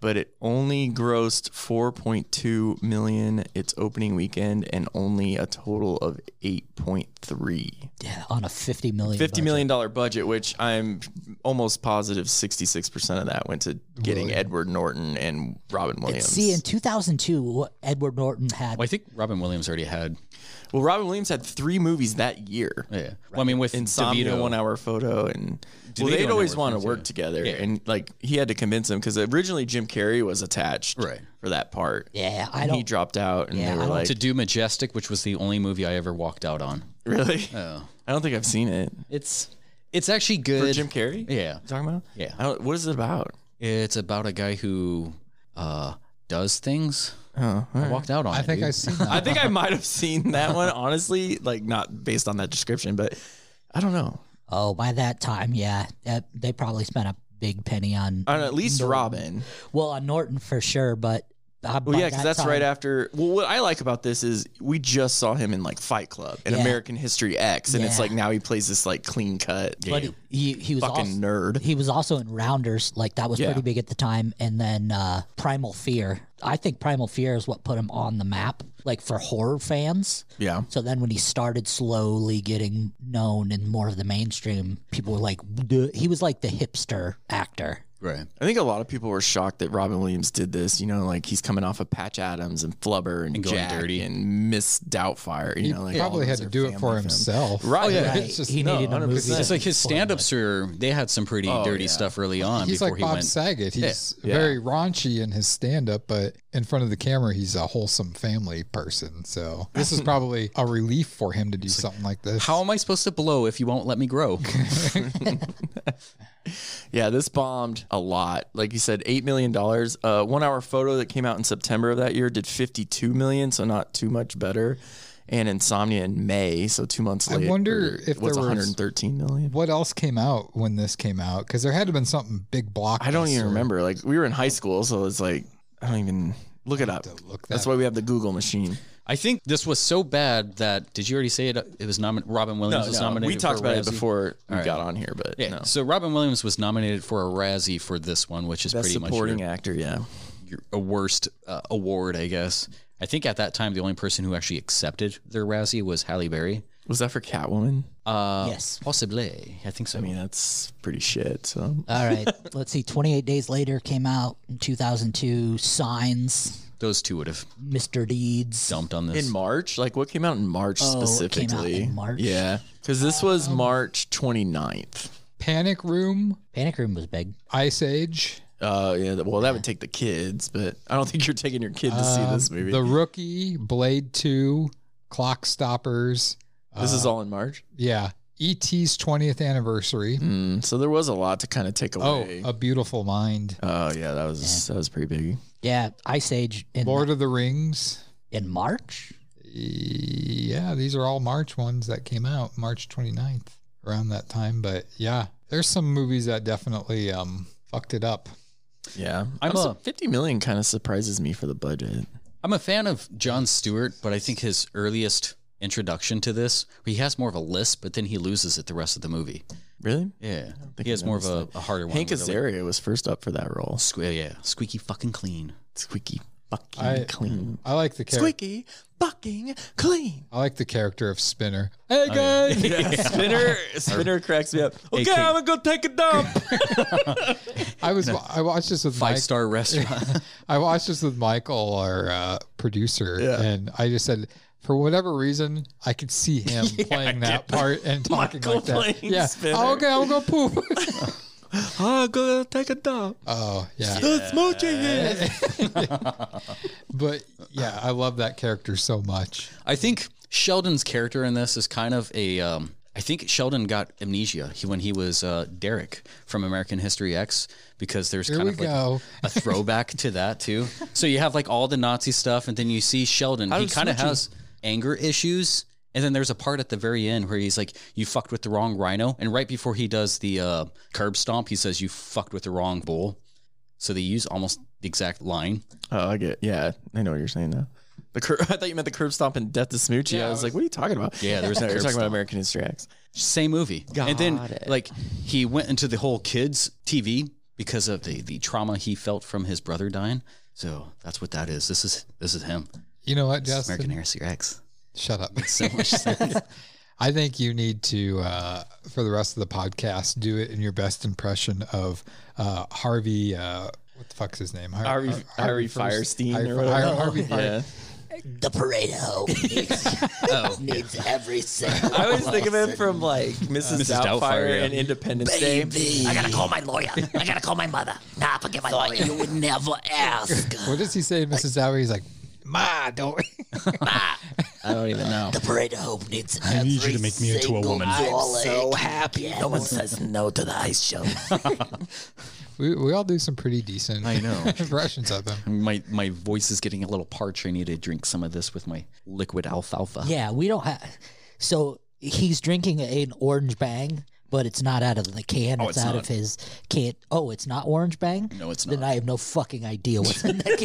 Speaker 6: but it only grossed 4.2 million its opening weekend and only a total of 8.3.
Speaker 5: yeah, on a fifty million.
Speaker 6: 50
Speaker 5: budget.
Speaker 6: million dollar budget, which I'm almost positive 66% of that went to getting Edward Norton and Robin Williams.
Speaker 5: See, in 2002, what Edward Norton had.
Speaker 3: Well, I think Robin Williams already had.
Speaker 6: well, Robin Williams had three movies that year.
Speaker 3: Yeah. Well, I mean, with
Speaker 6: insomnia
Speaker 3: DeVito,
Speaker 6: one hour photo and well,
Speaker 3: they
Speaker 6: they'd
Speaker 3: don't
Speaker 6: always
Speaker 3: work
Speaker 6: want to
Speaker 3: together.
Speaker 6: work together
Speaker 3: Yeah.
Speaker 6: and like he had to convince him because originally jim carrey was attached
Speaker 3: Right.
Speaker 6: for that part
Speaker 5: yeah, I
Speaker 6: and he
Speaker 5: don't.
Speaker 6: dropped out and
Speaker 5: Yeah,
Speaker 6: they
Speaker 5: I
Speaker 6: were
Speaker 5: don't-
Speaker 6: like
Speaker 3: to do Majestic, which was the only movie I ever walked out on.
Speaker 6: really
Speaker 3: Oh,
Speaker 6: i don't think i've seen it
Speaker 3: it's it's actually
Speaker 6: for
Speaker 3: good.
Speaker 6: jim carrey
Speaker 3: yeah,
Speaker 6: You talking about
Speaker 3: Yeah.
Speaker 6: I don't, what is it about
Speaker 3: it's about a guy who uh, does things.
Speaker 6: oh
Speaker 4: Uh-huh.
Speaker 6: all
Speaker 3: I
Speaker 6: right.
Speaker 3: walked out on.
Speaker 4: I
Speaker 3: it,
Speaker 4: think
Speaker 3: dude.
Speaker 4: I seen that.
Speaker 6: i think i might have seen that one honestly like not based on that description but i don't know
Speaker 5: Oh, by that time, yeah, that, they probably spent a big penny on.
Speaker 6: on at least robin
Speaker 5: well, on Norton for sure, but. Uh,
Speaker 6: Well,
Speaker 5: by
Speaker 6: yeah, because
Speaker 5: that
Speaker 6: that's
Speaker 5: time-
Speaker 6: right after. Well, what I like about this is we just saw him in like Fight Club and
Speaker 5: Yeah.
Speaker 6: American History X, and it's
Speaker 5: Yeah.
Speaker 6: like now he plays this like clean cut
Speaker 5: But he, he, he was
Speaker 6: fucking
Speaker 5: also,
Speaker 6: nerd.
Speaker 5: He was also in Rounders, like that was
Speaker 6: Yeah.
Speaker 5: pretty big at the time, and then uh, Primal Fear. I think Primal Fear is what put him on the map, like for horror fans.
Speaker 6: Yeah,
Speaker 5: So then when he started slowly getting known in more of the mainstream, people were like, "Duh." he was like the hipster actor.
Speaker 3: right.
Speaker 6: I think a lot of people were shocked that Robin Williams did this. You know, like he's coming off of Patch Adams and Flubber and,
Speaker 3: And Going
Speaker 6: Jack
Speaker 3: Dirty. Oh,
Speaker 6: and Miss Doubtfire. You
Speaker 4: He
Speaker 6: know, like all
Speaker 4: probably
Speaker 6: those
Speaker 4: had to
Speaker 6: are
Speaker 4: do it
Speaker 6: family Oh,
Speaker 4: for
Speaker 6: films.
Speaker 4: himself.
Speaker 6: Right.
Speaker 3: yeah.
Speaker 5: Right.
Speaker 4: It's just-
Speaker 5: he
Speaker 6: no,
Speaker 5: needed a
Speaker 6: 100%.
Speaker 5: movie.
Speaker 3: It's like his stand-ups are. They had some pretty
Speaker 6: Oh,
Speaker 3: dirty
Speaker 6: yeah.
Speaker 3: stuff early on
Speaker 4: He's
Speaker 3: before
Speaker 4: like
Speaker 3: he
Speaker 4: Bob
Speaker 3: went.
Speaker 4: Saget. He's
Speaker 6: Yeah.
Speaker 4: very raunchy in his stand up, but in front of the camera, he's a wholesome family person. So this is probably a relief for him to do something like this.
Speaker 3: How am I supposed to blow if you won't let me grow?
Speaker 6: Yeah, this bombed a lot. Like you said, eight million dollars. Uh, one hour photo that came out in September of that year did fifty-two million, so not too much better. And Insomnia in May, so two months
Speaker 4: I
Speaker 6: later.
Speaker 4: wonder if there
Speaker 6: was
Speaker 4: was-
Speaker 6: one hundred thirteen million.
Speaker 4: what else came out when this came out? Because there had to have been something big blockbuster.
Speaker 6: I don't even remember. Like we were in high school, so it's like I don't even look it up.
Speaker 4: look
Speaker 6: That's
Speaker 4: that
Speaker 6: why we have the Google machine.
Speaker 3: I think this was so bad that did you already say it? It was nominated. Robin Williams was nominated.
Speaker 6: we talked
Speaker 3: for a
Speaker 6: about it
Speaker 3: Razzie?
Speaker 6: before we got on here, but
Speaker 3: Yeah.
Speaker 6: no.
Speaker 3: So Robin Williams was nominated for a Razzie for this one, which is
Speaker 6: Best
Speaker 3: pretty much your,
Speaker 6: supporting actor, yeah.
Speaker 3: your a worst uh, award, I guess. I think at that time the only person who actually accepted their Razzie was Halle Berry.
Speaker 6: Was that for Catwoman? Oh.
Speaker 3: Uh,
Speaker 5: Yes.
Speaker 3: possibly. I think so.
Speaker 6: I mean, that's pretty shit. So
Speaker 5: All right, let's see. 28 Days Later came out in 2002. Signs,
Speaker 3: Those two would have
Speaker 5: Mr. Deeds.
Speaker 3: dumped on this.
Speaker 6: in March, like what came out in March
Speaker 5: Oh, it came out in
Speaker 6: specifically?
Speaker 5: March?
Speaker 6: Yeah, because this was March 29th.
Speaker 4: Panic Room,
Speaker 5: Panic Room was big.
Speaker 4: Ice Age,
Speaker 6: Uh, yeah. Well, that would take the kids, but I don't think you're taking your kid to see this movie.
Speaker 4: Uh, The Rookie, Blade 2, Clock Stoppers.
Speaker 6: this is all in March.
Speaker 4: Yeah. E.T.'s 20th anniversary.
Speaker 6: Hmm, so there was a lot to kind of take
Speaker 4: Oh,
Speaker 6: away.
Speaker 4: A Beautiful Mind.
Speaker 6: Oh, yeah, that was that was pretty big.
Speaker 5: Yeah, Ice Age in,
Speaker 4: Lord of the Rings.
Speaker 5: in March.
Speaker 4: Yeah, these are all March ones that came out March 29th around that time. But yeah, there's some movies that definitely um, fucked it up.
Speaker 6: Yeah,
Speaker 3: I'm
Speaker 6: I'm su-
Speaker 3: a-
Speaker 6: 50 million kind of surprises me for the budget.
Speaker 3: I'm a fan of John Stewart, but I think his earliest introduction to this, he has more of a lisp, but then he loses it the rest of the movie.
Speaker 6: Really?
Speaker 3: Yeah,
Speaker 6: think
Speaker 3: he has
Speaker 6: I
Speaker 3: more of a,
Speaker 6: noticed
Speaker 3: a harder one.
Speaker 6: Hank
Speaker 3: where they're like,
Speaker 6: Azaria was first up for that role.
Speaker 3: Sque- yeah, squeaky fucking clean.
Speaker 6: Squeaky fucking
Speaker 4: I-
Speaker 6: clean.
Speaker 4: I like the character.
Speaker 6: Squeaky fucking clean.
Speaker 4: I like the character of Spinner. Hey guys,
Speaker 6: Yeah, Spinner, Spinner cracks me up. Okay,
Speaker 3: King.
Speaker 6: I'm gonna go take a dump.
Speaker 4: I was I watched this with
Speaker 3: Five
Speaker 4: Mike.
Speaker 3: star restaurant.
Speaker 4: I watched this with Michael, our uh, producer,
Speaker 6: Yeah.
Speaker 4: and I just said, for whatever reason, I could see him playing that part and talking
Speaker 6: Michael
Speaker 4: like that.
Speaker 6: playing
Speaker 4: yeah.
Speaker 6: Spinner.
Speaker 4: "Oh, okay, I'm gonna poop.
Speaker 6: I'm gonna take a dump.
Speaker 4: oh yeah.
Speaker 6: It's Mochi here.
Speaker 4: But yeah, I love that character so much.
Speaker 3: I think Sheldon's character in this is kind of a. Um, I think Sheldon got amnesia he- when he was uh, Derek from American History X because there's
Speaker 4: Here
Speaker 3: kind
Speaker 4: we
Speaker 3: of like
Speaker 4: go.
Speaker 3: a throwback to that too. So you have like all the Nazi stuff, and then you see Sheldon. he
Speaker 6: does
Speaker 3: kind of
Speaker 6: Smoochie-
Speaker 3: has anger issues. And then there's a part at the very end where he's like, "You fucked with the wrong rhino," and right before he does the uh, curb stomp, he says, "You fucked with the wrong bull." So they use almost the exact line.
Speaker 6: Oh, I get. Yeah, I know what you're saying now. The cur- I thought you meant the curb stomp and death to smoochie.
Speaker 4: Yeah,
Speaker 6: I
Speaker 4: I
Speaker 6: was
Speaker 4: was-
Speaker 6: like, what are you talking about?
Speaker 3: Yeah, there was
Speaker 6: no.
Speaker 3: a
Speaker 6: You're
Speaker 3: curb
Speaker 6: talking about
Speaker 3: stomp.
Speaker 6: American History X.
Speaker 3: Same movie.
Speaker 6: Got
Speaker 3: and then
Speaker 6: it.
Speaker 3: like he went into the whole kids TV because of the the trauma he felt from his brother dying. So that's what that is. This is this is him.
Speaker 4: You know what,
Speaker 3: This is American Heresy
Speaker 4: Justin?
Speaker 3: X.
Speaker 4: Shut up.
Speaker 3: So much sense.
Speaker 4: I think you need to, uh, for the rest of the podcast, do it in your best impression of uh, Harvey. Uh, what the fuck's his name? Har-
Speaker 6: Harvey,
Speaker 4: Har-
Speaker 6: Harvey
Speaker 4: First-
Speaker 6: Firestein
Speaker 4: Harvey-
Speaker 6: or whatever.
Speaker 4: Har- Harvey Fire-
Speaker 6: yeah.
Speaker 5: The Pareto needs, needs every single.
Speaker 6: I always think of him from like Mrs.
Speaker 3: Mrs.
Speaker 6: Doubtfire,
Speaker 3: Doubtfire, yeah.
Speaker 6: and Independence Day.
Speaker 5: I gotta call my lawyer. I gotta call my mother. Nah, forget my lawyer. You would never ask.
Speaker 4: What does he say, Mrs. Dowie? He's like, Ma, don't.
Speaker 6: I don't even know.
Speaker 5: The parade of hope needs
Speaker 7: I need you to make me into a woman.
Speaker 5: so happy. No one says no to the ice show.
Speaker 4: we, we all do some pretty decent
Speaker 3: I know.
Speaker 4: impressions of him.
Speaker 3: my my voice is getting a little parched. I need to drink some of this with my liquid alfalfa.
Speaker 5: yeah, we don't have. So he's drinking an orange bang, but it's not out of the can. it's,
Speaker 3: it's
Speaker 5: out
Speaker 3: not.
Speaker 5: of his can. Oh, it's not orange bang.
Speaker 3: No, it's
Speaker 5: Then
Speaker 3: not.
Speaker 5: I have no fucking idea what's in the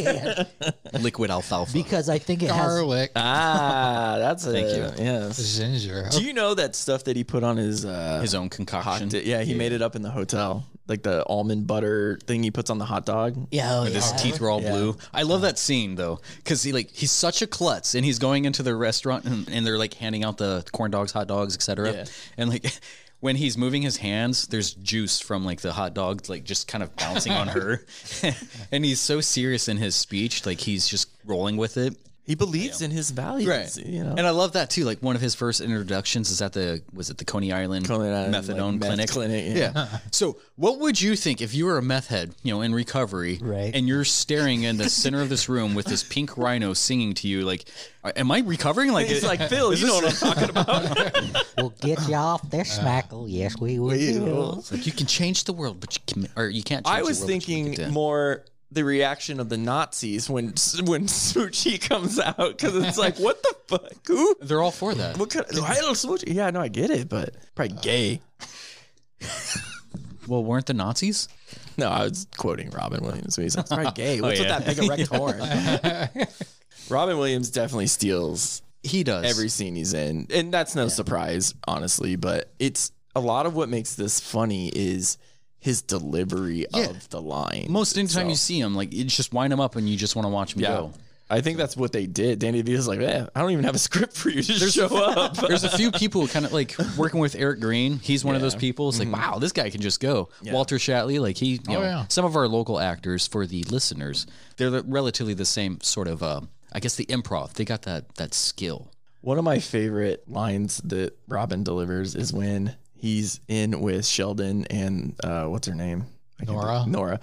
Speaker 5: can
Speaker 3: Liquid alfalfa.
Speaker 5: because I think it has.
Speaker 4: Garlic,
Speaker 6: Ah, that's a thank you. Yes.
Speaker 4: ginger.
Speaker 6: Do you know that stuff that he put on his uh,
Speaker 3: his own concoction.
Speaker 6: hot? di- yeah, he made it up in the hotel, like the almond butter thing he puts on the hot dog.
Speaker 5: Yeah, oh,
Speaker 3: His
Speaker 5: yeah.
Speaker 3: teeth were all blue. I love that scene though, because he like he's such a klutz, and he's going into the restaurant, and, and they're like handing out the corn dogs, hot dogs, etc.
Speaker 6: Yeah.
Speaker 3: And like when he's moving his hands, there's juice from like the hot dogs, like just kind of bouncing on her. and he's so serious in his speech, like he's just rolling with it.
Speaker 6: He believes in his values. You know?
Speaker 3: And I love that too. Like one of his first introductions is at the was it the Coney Island,
Speaker 6: Coney Island,
Speaker 3: methadone
Speaker 6: like,
Speaker 3: clinic.
Speaker 6: meth clinic,
Speaker 3: Yeah.
Speaker 6: yeah.
Speaker 3: so what would you think if you were a meth head, you know, in recovery,
Speaker 5: Right.
Speaker 3: And you're staring in the center of this room with this pink rhino singing to you, like, "Am I recovering?" Like
Speaker 6: He's like Phil. You know what I'm talking about.
Speaker 5: We'll get you off there, Schmackle. Yes, we will.
Speaker 3: It's like you can change the world, but you can, or you can't. Change
Speaker 6: I
Speaker 3: the
Speaker 6: was
Speaker 3: world, but you can
Speaker 6: thinking
Speaker 3: make it
Speaker 6: more the reaction of the Nazis when when Smoochie comes out because it's like what the fuck who
Speaker 3: They're all for that.
Speaker 6: what kind of Heil Smoochie yeah no I get it but probably
Speaker 3: Uh.
Speaker 6: gay
Speaker 3: Well, weren't the Nazis?
Speaker 6: no I was quoting Robin Williams when he said it's probably gay what's
Speaker 3: Oh, yeah.
Speaker 6: with that big erect horn Robin Williams definitely steals
Speaker 3: He does.
Speaker 6: every scene he's in. And that's no surprise, honestly, but it's a lot of what makes this funny is his delivery of the line.
Speaker 3: most anytime you
Speaker 6: itself.
Speaker 3: see him, like, you just wind him up, and you just want to watch him
Speaker 6: yeah.
Speaker 3: go.
Speaker 6: I think that's what they did. Danny DeVito's like, eh, I don't even have a script for you. Just show up.
Speaker 3: There's a few people kind of like working with Eric Green. He's one of those people. It's like,
Speaker 6: Mm-hmm.
Speaker 3: wow, this guy can just go. Walter Shatley, like he, you know,
Speaker 4: Oh, yeah.
Speaker 3: some of our local actors for the listeners, they're the- relatively the same sort of, um, I guess, the improv. They got that that skill.
Speaker 6: One of my favorite lines that Robin delivers is when he's in with Sheldon and uh, what's her name? I can't
Speaker 4: Nora.
Speaker 6: think- Nora.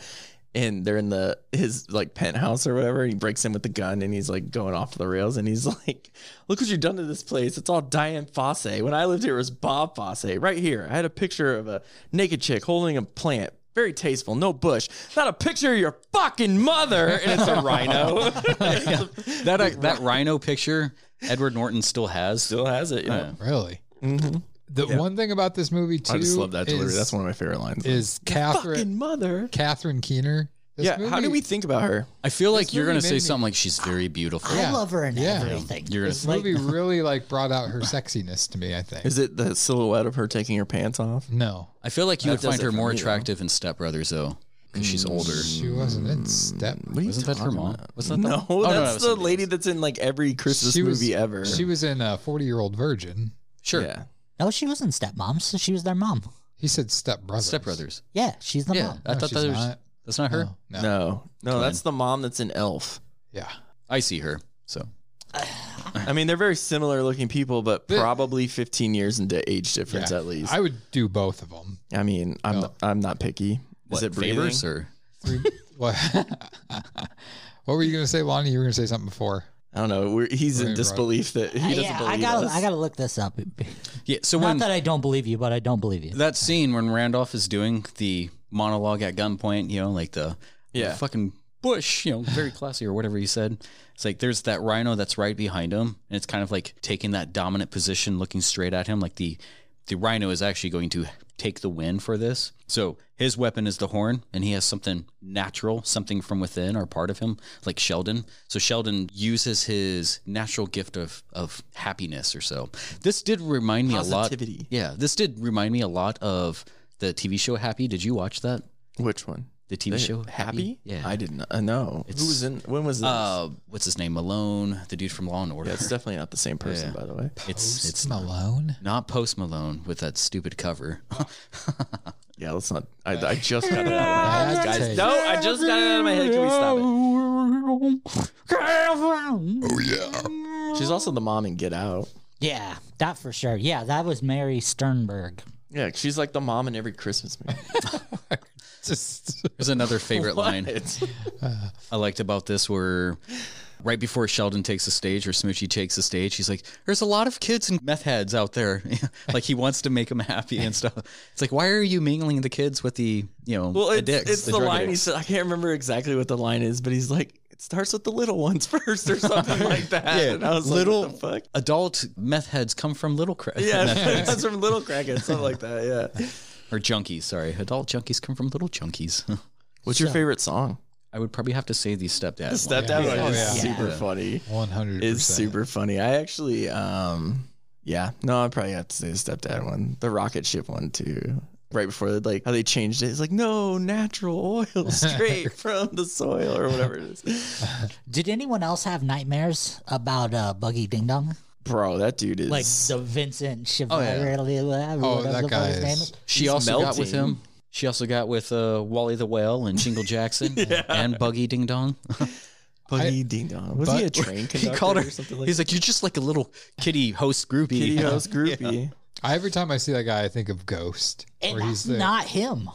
Speaker 6: And they're in the his like penthouse or whatever. He breaks in with the gun and he's like going off the rails and he's like, "Look what you've done to this place! It's all Diane Fosse. When I lived here, it was Bob Fosse. Right here, I had a picture of a naked chick holding a plant. Very tasteful, no bush. Not a picture of your fucking mother, and it's a rhino.
Speaker 3: That uh, that rhino picture, Edward Norton still has.
Speaker 6: Still has it. You know?
Speaker 4: Oh, Really?
Speaker 6: Mm-hmm.
Speaker 4: The one thing about this movie, too,
Speaker 6: I just love that delivery.
Speaker 4: is-
Speaker 6: That's one of my favorite lines.
Speaker 4: is
Speaker 6: fucking
Speaker 4: Catherine
Speaker 6: mother.
Speaker 4: Catherine Keener. This
Speaker 6: yeah. How
Speaker 4: movie-
Speaker 6: do we think about her?
Speaker 3: I feel like you're
Speaker 4: movie
Speaker 3: gonna say
Speaker 4: made me- Ah.
Speaker 3: something like she's very beautiful.
Speaker 5: I love her in
Speaker 4: Yeah.
Speaker 5: everything.
Speaker 3: You're gonna
Speaker 4: This movie really like brought out her sexiness to me. I think.
Speaker 6: Is it the silhouette of her taking her pants off?
Speaker 4: no,
Speaker 3: I feel like you would
Speaker 6: That
Speaker 3: find
Speaker 6: does it
Speaker 3: her
Speaker 6: for
Speaker 3: more
Speaker 6: me, though. Mm.
Speaker 3: attractive in Step Brothers though, because she's older.
Speaker 4: she wasn't in Step.
Speaker 3: Wasn't that her mom? Was that the-
Speaker 6: No,
Speaker 3: Oh, no, that was
Speaker 6: that's the
Speaker 3: somebody
Speaker 6: lady that's in like every Christmas
Speaker 4: She was-
Speaker 6: movie ever.
Speaker 4: She was in a forty-year-old virgin.
Speaker 3: Sure.
Speaker 6: Yeah.
Speaker 5: No, she wasn't stepmom, so she was their mom.
Speaker 4: He said Step Brothers.
Speaker 3: Step Brothers.
Speaker 5: Yeah, she's the
Speaker 3: Yeah,
Speaker 5: mom.
Speaker 3: I
Speaker 4: No,
Speaker 3: thought
Speaker 4: she's
Speaker 3: that was
Speaker 4: not.
Speaker 3: that's not her.
Speaker 4: No, no.
Speaker 6: No, no, that's the mom that's in Elf.
Speaker 4: Yeah.
Speaker 3: I see her. So
Speaker 6: I mean, they're very similar looking people, but probably 15 years into age difference
Speaker 4: Yeah.
Speaker 6: at least.
Speaker 4: I would do both of them.
Speaker 6: I mean, I'm
Speaker 4: No.
Speaker 6: I'm not picky. Is
Speaker 3: What,
Speaker 6: it breathing?
Speaker 3: favors or
Speaker 4: Three, what, what were you gonna say, Lonnie? You were gonna say something before.
Speaker 6: I don't know. We're, he's in
Speaker 4: Right,
Speaker 6: disbelief that he doesn't
Speaker 5: yeah,
Speaker 6: believe
Speaker 5: I gotta,
Speaker 6: us.
Speaker 5: I gotta look this up.
Speaker 3: yeah? So
Speaker 5: Not
Speaker 3: when
Speaker 5: that
Speaker 3: that,
Speaker 5: I don't believe you, but I don't believe you.
Speaker 3: scene when Randolph is doing the monologue at gunpoint, you know, like the
Speaker 6: Yeah.
Speaker 3: fucking Bush, you know, very classy or whatever he said. It's like there's that rhino that's right behind him, and it's kind of like taking that dominant position, looking straight at him. Like the the rhino is actually going to take the win for this. So his weapon is the horn, and he has something natural, something from within or part of him, like Sheldon. So Sheldon uses his natural gift of of happiness or so. This did remind me a lot.
Speaker 6: Positivity.
Speaker 3: Yeah, this did remind me a lot of the TV show Happy. Did you watch that?
Speaker 6: Which one?
Speaker 3: The TV show
Speaker 6: Happy?
Speaker 3: Yeah.
Speaker 6: I didn't uh, know. Who was in? When was this?
Speaker 3: uh, what's his name? Malone, the dude from Law and Order.
Speaker 6: yeah, it's definitely not the same person, by the way.
Speaker 3: It's it's
Speaker 4: Malone.
Speaker 3: not Post Malone with that stupid cover.
Speaker 6: Yeah, let's not. I, I just got it out of my
Speaker 4: Bad
Speaker 6: head,
Speaker 4: take.
Speaker 6: guys. No, I just got it out of my head. Can we stop it?
Speaker 4: Oh yeah.
Speaker 6: She's also the mom in Get Out.
Speaker 5: Yeah, that for sure. Yeah, that was Mary Sternberg.
Speaker 6: Yeah, she's like the mom in every Christmas movie.
Speaker 4: Just
Speaker 3: There's another favorite line
Speaker 6: It's-
Speaker 3: I liked about this where right before Sheldon takes the stage or Smoochie takes the stage, he's like, There's a lot of kids and meth heads out there. like he wants to make them happy and stuff. It's like, why are you mingling the kids with the, you know,
Speaker 6: well, it's,
Speaker 3: addicts?
Speaker 6: it's the,
Speaker 3: drug
Speaker 6: line he
Speaker 3: addicts?"
Speaker 6: said. I can't remember exactly what the line is, but he's like, it starts with the little ones first or something like that.
Speaker 3: Yeah,
Speaker 6: and I was
Speaker 3: little-
Speaker 6: like, what the fuck?
Speaker 3: Adult meth heads come from little cra-
Speaker 6: Yeah,
Speaker 3: meth heads.
Speaker 6: that's from Little Crackhead, something like that. Yeah.
Speaker 3: or junkies. Sorry, adult junkies come from little junkies.
Speaker 6: What's your favorite song?
Speaker 3: I would probably have to say the stepdad.
Speaker 6: The
Speaker 3: one.
Speaker 6: Step
Speaker 4: Yeah.
Speaker 6: Down one
Speaker 4: Oh,
Speaker 6: is
Speaker 4: yeah.
Speaker 6: super
Speaker 3: Yeah.
Speaker 6: funny.
Speaker 4: one hundred.
Speaker 6: It's super funny. I actually, um, yeah, no, I probably have to say the stepdad one, the rocket ship one too. Right before they like how they changed it, it's like no natural oil straight from the soil or whatever it is.
Speaker 5: Did anyone else have nightmares about uh, Buggy Ding Dong?
Speaker 6: Bro, that dude is
Speaker 5: Like the Vincent
Speaker 3: yeah.
Speaker 5: Chevalier,
Speaker 4: Oh,
Speaker 5: whatever
Speaker 4: that
Speaker 5: the fuck
Speaker 4: guy
Speaker 5: his name
Speaker 4: is.
Speaker 5: is.
Speaker 3: She
Speaker 6: He's
Speaker 3: also got with
Speaker 6: melting.
Speaker 3: him. She also got with uh, Wally the Whale and Jingle Jackson and Buggy Ding Dong.
Speaker 6: Buggy Ding Dong. Was
Speaker 4: but-
Speaker 6: he a train conductor
Speaker 3: he called her.
Speaker 6: or something like
Speaker 3: he's like, "You're just like a little kitty host groupie."
Speaker 6: that? Kitty House Groupie.
Speaker 4: I, every time I see that guy, I think of Ghost.
Speaker 5: And
Speaker 4: where he's
Speaker 5: that's
Speaker 4: there.
Speaker 5: not him.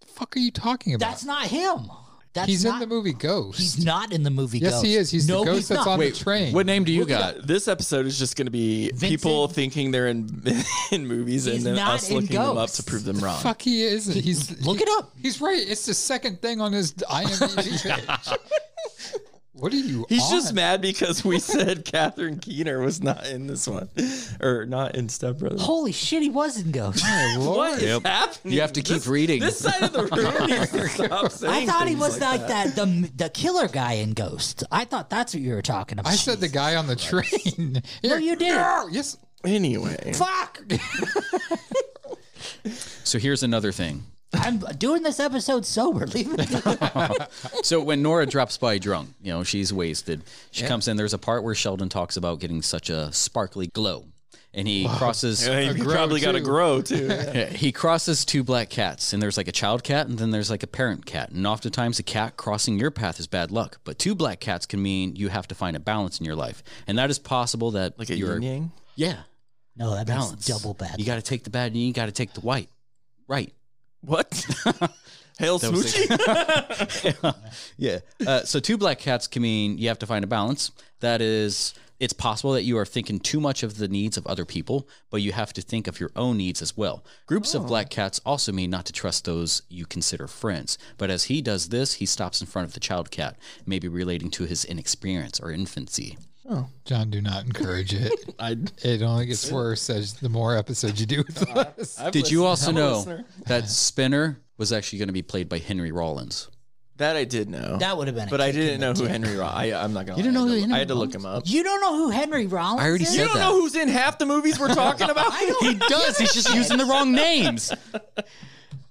Speaker 4: The fuck are you talking about?
Speaker 5: That's not him. That's
Speaker 4: he's
Speaker 5: not,
Speaker 4: in the movie Ghost.
Speaker 5: He's not in the movie.
Speaker 4: yes,
Speaker 5: Ghost.
Speaker 4: he is. He's
Speaker 5: no,
Speaker 4: the ghost
Speaker 5: he's
Speaker 4: that's
Speaker 5: not.
Speaker 4: on the train.
Speaker 3: What name do you
Speaker 5: Look at
Speaker 3: got?
Speaker 6: This episode is just going to be people thinking they're in in movies
Speaker 5: He's
Speaker 6: and then
Speaker 5: not
Speaker 6: us
Speaker 5: in
Speaker 6: looking them up
Speaker 5: Ghost.
Speaker 6: to prove them wrong.
Speaker 4: fuck he is? He's
Speaker 5: Look
Speaker 4: he-
Speaker 5: it up. Oh
Speaker 4: He's right. It's the second thing on his IMDb page. what are you?
Speaker 6: He's
Speaker 4: on?
Speaker 6: just mad because we said Catherine Keener was not in this one, or not in Step Brothers.
Speaker 5: Holy shit, he was in Ghost.
Speaker 6: What is
Speaker 3: Yep.
Speaker 6: happening?
Speaker 3: You have to keep
Speaker 6: This-
Speaker 3: reading.
Speaker 6: This side of the room needs to stop
Speaker 5: I
Speaker 6: saying
Speaker 5: thought he
Speaker 6: things
Speaker 5: was
Speaker 6: like
Speaker 5: like, that. the the killer guy in Ghost. I thought that's what you were talking about.
Speaker 4: I said the guy on the train.
Speaker 5: No, you didn't.
Speaker 4: No, yes.
Speaker 6: Anyway,
Speaker 5: fuck.
Speaker 3: So here's another thing.
Speaker 5: I'm doing this episode sober. Leave it. alone.
Speaker 3: So when Nora drops by drunk, you know, she's wasted. She comes in. There's a part where Sheldon talks about getting such a sparkly glow, and he crosses.
Speaker 6: Hey, you
Speaker 4: grow
Speaker 6: probably got to
Speaker 4: too.
Speaker 6: grow too.
Speaker 3: Yeah, he crosses two black cats, and there's like a child cat, and then there's like a parent cat. And oftentimes, a cat crossing your path is bad luck. But two black cats can mean you have to find a balance in your life, and that is possible that
Speaker 6: Like a
Speaker 3: you're
Speaker 6: yin yang.
Speaker 3: yeah
Speaker 5: No, that
Speaker 3: balance
Speaker 5: makes double bad.
Speaker 3: You got to take the bad, and you got to take the white, right?
Speaker 6: What? Hail
Speaker 3: That was
Speaker 6: Smoochie.
Speaker 3: yeah. Uh, so two black cats can mean you have to find a balance. That is, it's possible that you are thinking too much of the needs of other people, but you have to think of your own needs as well. Groups of black cats also mean not to trust those you consider friends. But as he does this, he stops in front of the child cat, maybe relating to his inexperience or infancy.
Speaker 4: John, do not encourage it.
Speaker 6: I,
Speaker 4: It only gets worse as the more episodes you do with us.
Speaker 6: I've
Speaker 3: Did you
Speaker 6: listened.
Speaker 3: also
Speaker 6: I'm a
Speaker 3: know
Speaker 6: listener.
Speaker 3: that Spinner was actually going to be played by Henry Rollins?
Speaker 6: that? I did know.
Speaker 5: That would have been. a
Speaker 6: but I
Speaker 5: kick in
Speaker 6: didn't
Speaker 5: the
Speaker 6: know who
Speaker 5: dick.
Speaker 6: Henry. Roll- I, I'm not gonna.
Speaker 3: You didn't
Speaker 6: lie.
Speaker 3: know
Speaker 6: I
Speaker 3: who
Speaker 6: had to- I had
Speaker 3: Henry
Speaker 6: to look him up.
Speaker 5: You don't know who Henry Rollins.
Speaker 3: I already
Speaker 5: is?
Speaker 3: said
Speaker 6: You don't
Speaker 3: that.
Speaker 6: know who's in half the movies we're talking about.
Speaker 3: He does. He's just using the wrong names.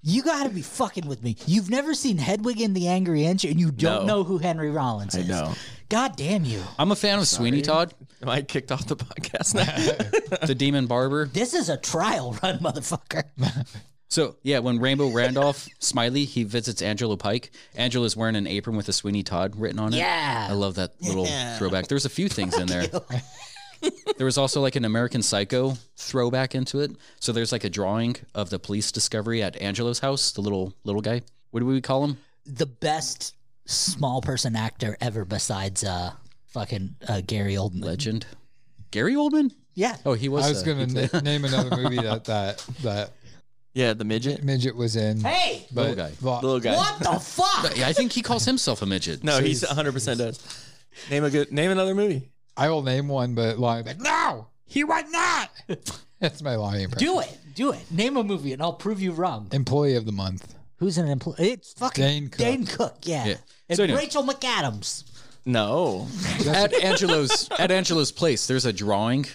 Speaker 5: You got to be fucking with me. You've never seen Hedwig and the Angry Inch, and you don't
Speaker 6: No.
Speaker 5: know who Henry Rollins
Speaker 6: I
Speaker 5: is.
Speaker 6: know.
Speaker 5: God damn you!
Speaker 3: I'm a fan of Sweeney Todd,
Speaker 6: Am I kicked off the podcast now?
Speaker 3: the Demon Barber.
Speaker 5: This is a trial run, motherfucker.
Speaker 3: So yeah, when Rainbow Randolph Smiley he visits Angela Pike, Angela's wearing an apron with a Sweeney Todd written on it.
Speaker 5: Yeah.
Speaker 3: I love that little throwback. There's a few things in there. there was also like an American Psycho throwback into it. So there's like a drawing of the police discovery at Angelo's house, the little little guy. What do we call him?
Speaker 5: the best small person actor ever, besides uh, fucking uh, Gary Oldman.
Speaker 3: Legend. Gary Oldman?
Speaker 5: Yeah.
Speaker 3: Oh, he was.
Speaker 4: I was
Speaker 3: uh,
Speaker 4: going to na- name another movie that that that
Speaker 6: Yeah, the midget.
Speaker 4: Midget was in.
Speaker 5: Hey,
Speaker 4: but
Speaker 3: Little guy.
Speaker 4: Va-
Speaker 6: The little guy.
Speaker 5: what the fuck?
Speaker 3: Yeah, I think he calls himself a midget.
Speaker 6: No, he's 100 percent does. Name a good name another movie.
Speaker 4: I will name one, but Lonnie like no, he was not. That's my Lonnie impression.
Speaker 5: Do it, do it. Name a movie, and I'll prove you wrong.
Speaker 4: Employee of the month.
Speaker 5: Who's an employee? It's fucking
Speaker 4: Dane
Speaker 5: Dane
Speaker 4: Cook.
Speaker 5: Cook. yeah.
Speaker 3: Yeah.
Speaker 5: And
Speaker 3: So anyway.
Speaker 5: Rachel McAdams.
Speaker 6: No.
Speaker 3: at Angelo's at Angelo's place. There's a drawing,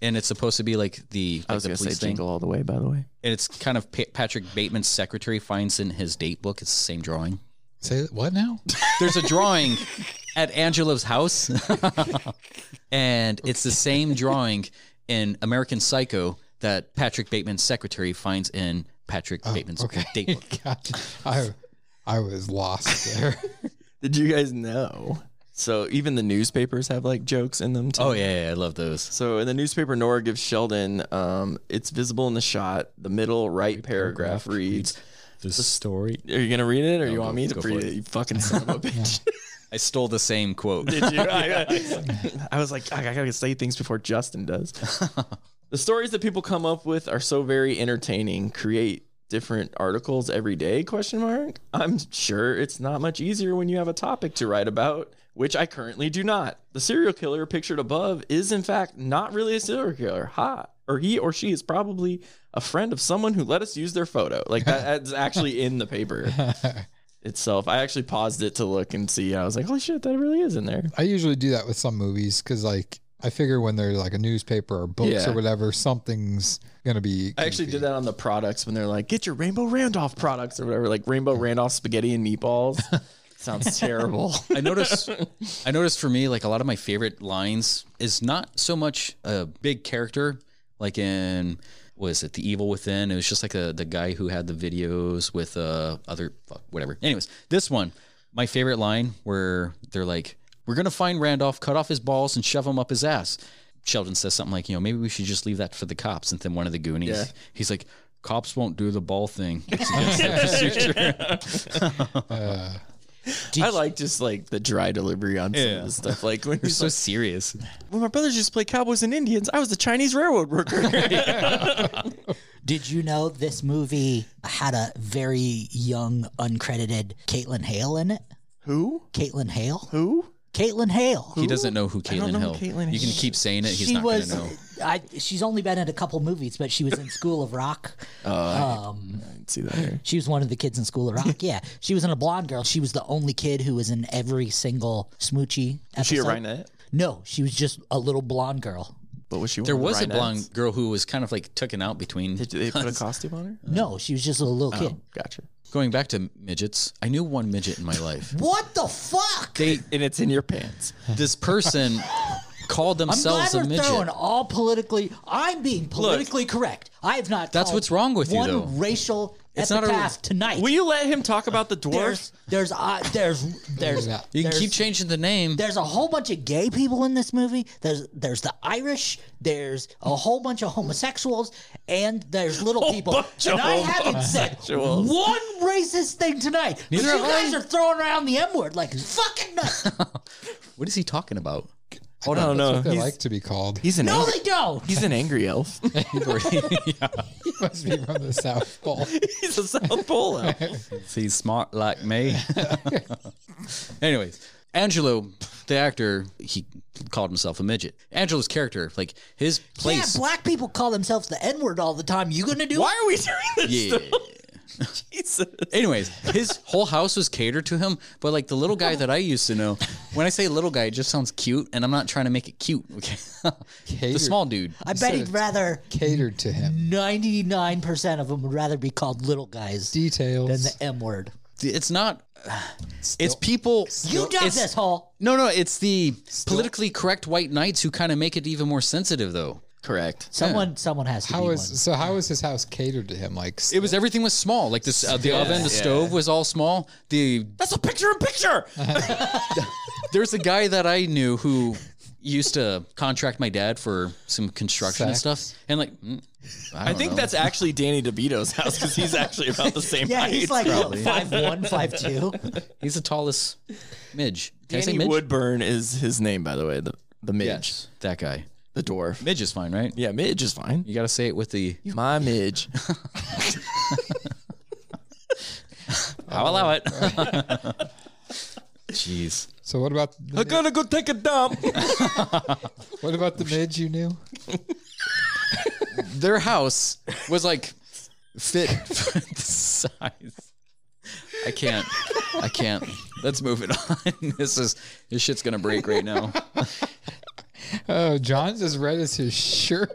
Speaker 3: and it's supposed to be like the
Speaker 6: I
Speaker 3: like
Speaker 6: was
Speaker 3: the
Speaker 6: gonna
Speaker 3: police
Speaker 6: say
Speaker 3: thing.
Speaker 6: Jingle All the Way. By the way,
Speaker 3: And it's kind of pa- Patrick Bateman's secretary finds in his date book. It's the same drawing.
Speaker 4: Say what now?
Speaker 3: There's a drawing at Angelo's house, and it's the same drawing in American Psycho that Patrick Bateman's secretary finds in Patrick Bateman's
Speaker 4: okay.
Speaker 3: date book.
Speaker 4: God, I I was lost there.
Speaker 6: did you guys know? So even the newspapers have like jokes in them too.
Speaker 3: Oh yeah, yeah, I love those.
Speaker 6: So in the newspaper, Nora gives Sheldon, um, it's visible in the shot. The middle right paragraph, reads,
Speaker 7: There's a story.
Speaker 6: Are you gonna read it, or you want
Speaker 3: go-
Speaker 6: me to
Speaker 3: go for
Speaker 6: read it?
Speaker 3: it.
Speaker 6: You fucking son of a bitch!
Speaker 3: I stole the same quote.
Speaker 6: Did you? uh, I, I was like, I gotta say things before Justin does. the stories that people come up with are so very entertaining. Create different articles every day? Question mark. I'm sure it's not much easier when you have a topic to write about, which I currently do not. The serial killer pictured above is in fact not really a serial killer. Ha. Or he or she is probably a friend of someone who let us use their photo. Like that, that's actually in the paper itself. I actually paused it to look and see. I was like, holy shit, that really is in there.
Speaker 4: I usually do that with some movies because like I figure when they're like a newspaper or books
Speaker 6: Yeah.
Speaker 4: or whatever, something's gonna be.
Speaker 6: I actually
Speaker 4: goofy.
Speaker 6: did that on the products when they're like, get your Rainbow Randolph products or whatever, like Rainbow Randolph spaghetti and meatballs. Sounds terrible.
Speaker 3: I notice I notice for me like a lot of my favorite lines is not so much a big character like in was it the evil within it was just like a, the guy who had the videos with uh other fuck whatever anyways this one my favorite line where they're like we're gonna find Randolph cut off his balls and shove him up his ass Sheldon says something like you know maybe we should just leave that for the cops and then one of the Goonies
Speaker 6: Yeah.
Speaker 3: he's like cops won't do the ball thing
Speaker 6: I like just like the dry delivery on some of the stuff. Like when you're
Speaker 3: so
Speaker 6: so
Speaker 3: serious
Speaker 6: when my brothers used to play Cowboys and Indians, I was a Chinese railroad worker.
Speaker 5: Did you know this movie had a very young, uncredited Caitlin Hale in it?
Speaker 6: who?
Speaker 5: Caitlin Hale?
Speaker 6: Who?
Speaker 5: Caitlin Hale.
Speaker 3: He doesn't know who
Speaker 6: don't
Speaker 3: Caitlin
Speaker 6: know
Speaker 3: Hill.
Speaker 6: who Caitlin
Speaker 3: you can
Speaker 6: Hill
Speaker 3: keep saying it. He's
Speaker 5: she
Speaker 3: not
Speaker 5: was.
Speaker 3: gonna know.
Speaker 5: I, she's only been in a couple movies, but she was in School of Rock.
Speaker 3: Oh,
Speaker 5: um,
Speaker 6: I didn't see that here.
Speaker 5: She was one of the kids in School of Rock. Yeah, she was in a blonde girl. She was the only kid who was in every single Smoochie.
Speaker 6: Was she a
Speaker 5: episode.
Speaker 6: Rhinette?
Speaker 5: No, she was just a little blonde girl.
Speaker 6: But was she one
Speaker 3: There
Speaker 6: of the
Speaker 3: was a
Speaker 6: Rhinettes?
Speaker 3: blonde girl who was kind of like taken out between.
Speaker 6: Did they put a costume on her?
Speaker 5: No, she was just a
Speaker 3: Oh.
Speaker 5: little kid.
Speaker 6: Gotcha.
Speaker 3: Going back to midgets, I knew one midget in my life.
Speaker 5: What the fuck?
Speaker 3: They,
Speaker 6: And it's in your pants.
Speaker 3: this person called
Speaker 5: I'm glad
Speaker 3: themselves
Speaker 5: we're
Speaker 3: a midget.
Speaker 5: throwing all politically. I'm being politically correct. I have not.
Speaker 3: That's
Speaker 5: called
Speaker 3: what's wrong with you,
Speaker 5: one
Speaker 3: though.
Speaker 5: racial
Speaker 3: It's not a-
Speaker 5: epitaph tonight.
Speaker 6: Will you let him talk about the dwarfs?
Speaker 5: there's there's uh, there's there's
Speaker 3: you can
Speaker 5: there's-
Speaker 3: keep changing the name.
Speaker 5: There's a whole bunch of gay people in this movie. There's there's the Irish. There's a whole bunch of homosexuals, and there's little people.
Speaker 6: bunch
Speaker 5: and
Speaker 6: of
Speaker 5: I haven't said
Speaker 6: homosexuals.
Speaker 5: one racist thing tonight. But
Speaker 3: Neither
Speaker 5: you
Speaker 3: have
Speaker 5: guys
Speaker 3: I.
Speaker 5: are throwing around the M word like it's fucking nuts.
Speaker 3: What is he talking about?
Speaker 6: Hold on, no,
Speaker 4: What they
Speaker 6: he's,
Speaker 4: like to be called.
Speaker 6: he's an
Speaker 5: no,
Speaker 6: angry,
Speaker 5: they don't.
Speaker 6: he's an angry elf.
Speaker 4: must be from the South Pole.
Speaker 6: he's a South Pole elf.
Speaker 3: He's smart like me. Anyways, Angelo, the actor, he called himself a midget. Angelo's character, like his
Speaker 5: Yeah,
Speaker 3: place.
Speaker 5: black people call themselves the N word all the time. You gonna do
Speaker 6: Why are we doing this?
Speaker 3: Yeah.
Speaker 6: Jesus.
Speaker 3: Anyways, his whole house was catered to him, but like the little guy that I used to know, when I say little guy, it just sounds cute, and I'm not trying to make it cute. Okay, the
Speaker 4: Catered-
Speaker 3: small dude.
Speaker 5: I bet he'd rather.
Speaker 4: catered to him.
Speaker 5: Ninety nine percent of them would rather be called little guys than
Speaker 4: Details.
Speaker 5: the M word.
Speaker 3: It's not. It's people.
Speaker 5: You done
Speaker 3: it's-
Speaker 5: this, Hall?
Speaker 3: No, no, it's the politically correct white knights who kind of make it even more sensitive, though.
Speaker 6: Correct.
Speaker 5: Someone, someone has to be
Speaker 4: How
Speaker 5: one.
Speaker 4: is so? How is his house catered to him? Like
Speaker 3: It was everything was small, like this. Uh, the oven, the stove was all small. The
Speaker 6: That's a picture in picture.
Speaker 3: there's a guy that I knew who used to contract my dad for some construction and
Speaker 4: Sex.
Speaker 3: stuff, and like, mm, I,
Speaker 6: I
Speaker 3: don't
Speaker 6: think
Speaker 3: know.
Speaker 6: that's actually Danny DeVito's house because he's actually about the same
Speaker 5: Yeah,
Speaker 6: height.
Speaker 5: he's like what, five one, five two.
Speaker 3: He's the tallest midge. Can I say
Speaker 6: Danny
Speaker 3: midge?
Speaker 6: Woodburn is his name, by the way. The the midge,
Speaker 3: Yes, that guy.
Speaker 6: the dwarf.
Speaker 3: Midge is fine, right?
Speaker 6: Yeah, midge is fine.
Speaker 3: You got to say it with the.
Speaker 6: My midge.
Speaker 3: I'll allow it. Jeez.
Speaker 4: So what about the,
Speaker 6: gotta go take a dump.
Speaker 4: what about the mids you knew?
Speaker 3: Their house was like fit for the size. I can't. I can't. Let's move it on. This is this shit's gonna break right now.
Speaker 4: Oh, John's as red as his shirt.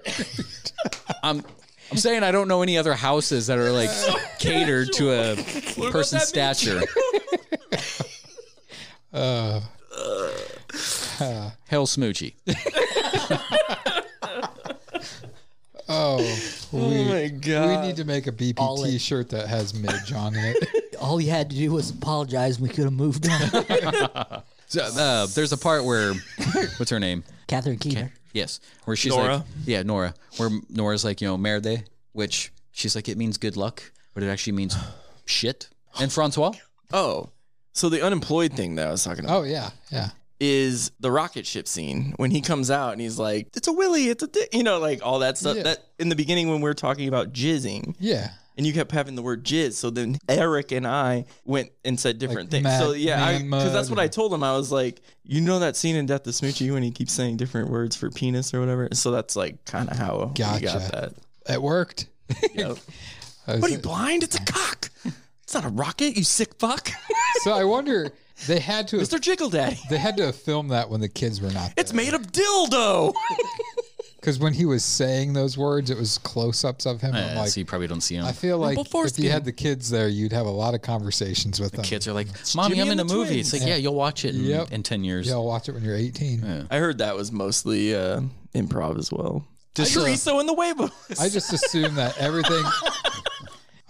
Speaker 3: I'm I'm saying I don't know any other houses that are like catered to a person's stature.
Speaker 6: Uh.
Speaker 3: Hell Smoochie.
Speaker 4: Oh, we,
Speaker 6: my God.
Speaker 4: we need to make a
Speaker 5: All
Speaker 4: BPT
Speaker 5: in.
Speaker 4: shirt that has midge on it.
Speaker 5: All you had to do was apologize. and We could have moved on.
Speaker 3: So, uh, there's a part where what's her name?
Speaker 5: Catherine Keener.
Speaker 3: Yes, where she's like,
Speaker 6: Nora?
Speaker 3: yeah, Nora, where Nora's like, you know, merde, which she's like, it means good luck, but it actually means shit. And Francois,
Speaker 6: oh, so the unemployed thing that I was talking about
Speaker 4: Oh yeah, yeah.
Speaker 6: is the rocket ship scene when he comes out and he's like, "It's a willy, it's a di-, you know, like all that stuff."
Speaker 4: Yeah.
Speaker 6: That in the beginning when we were talking about jizzing,
Speaker 4: Yeah.
Speaker 6: and you kept having the word jizz. So then Eric and I went and said different things.
Speaker 4: mad-
Speaker 6: so yeah,
Speaker 4: man
Speaker 6: because that's
Speaker 4: mud.
Speaker 6: what I told him. I was like, you know that scene in Death to Smoochie when he keeps saying different words for penis or whatever. So that's like kind of how we got
Speaker 4: Gotcha.
Speaker 6: that.
Speaker 4: It worked.
Speaker 6: Yep.
Speaker 4: I was-
Speaker 6: what are you blind? It's a cock. It's not a rocket. You sick fuck,
Speaker 4: so I wonder they had to
Speaker 6: Mister Jiggle Daddy.
Speaker 4: they had to film that when the kids were not
Speaker 6: It's made of dildo.
Speaker 4: because when he was saying those words, it was close ups of him. I'm
Speaker 3: uh,
Speaker 4: like,
Speaker 3: so you probably don't see
Speaker 4: I
Speaker 3: him.
Speaker 4: feel like if you
Speaker 6: foreskin.
Speaker 4: had the kids there, you'd have a lot of conversations with them.
Speaker 3: Kids are like, mommy,
Speaker 6: Jimmy
Speaker 3: I'm in
Speaker 6: and
Speaker 3: a
Speaker 6: the
Speaker 3: movie.
Speaker 6: Twins.
Speaker 3: It's like, yeah, you'll watch it in,
Speaker 4: Yep.
Speaker 3: in ten years.
Speaker 4: Yeah, I'll watch it when you're 18.
Speaker 6: I heard that was mostly uh, improv as well.
Speaker 4: Just, uh,
Speaker 6: Chorizo and the Weibo.
Speaker 4: I just assume that everything.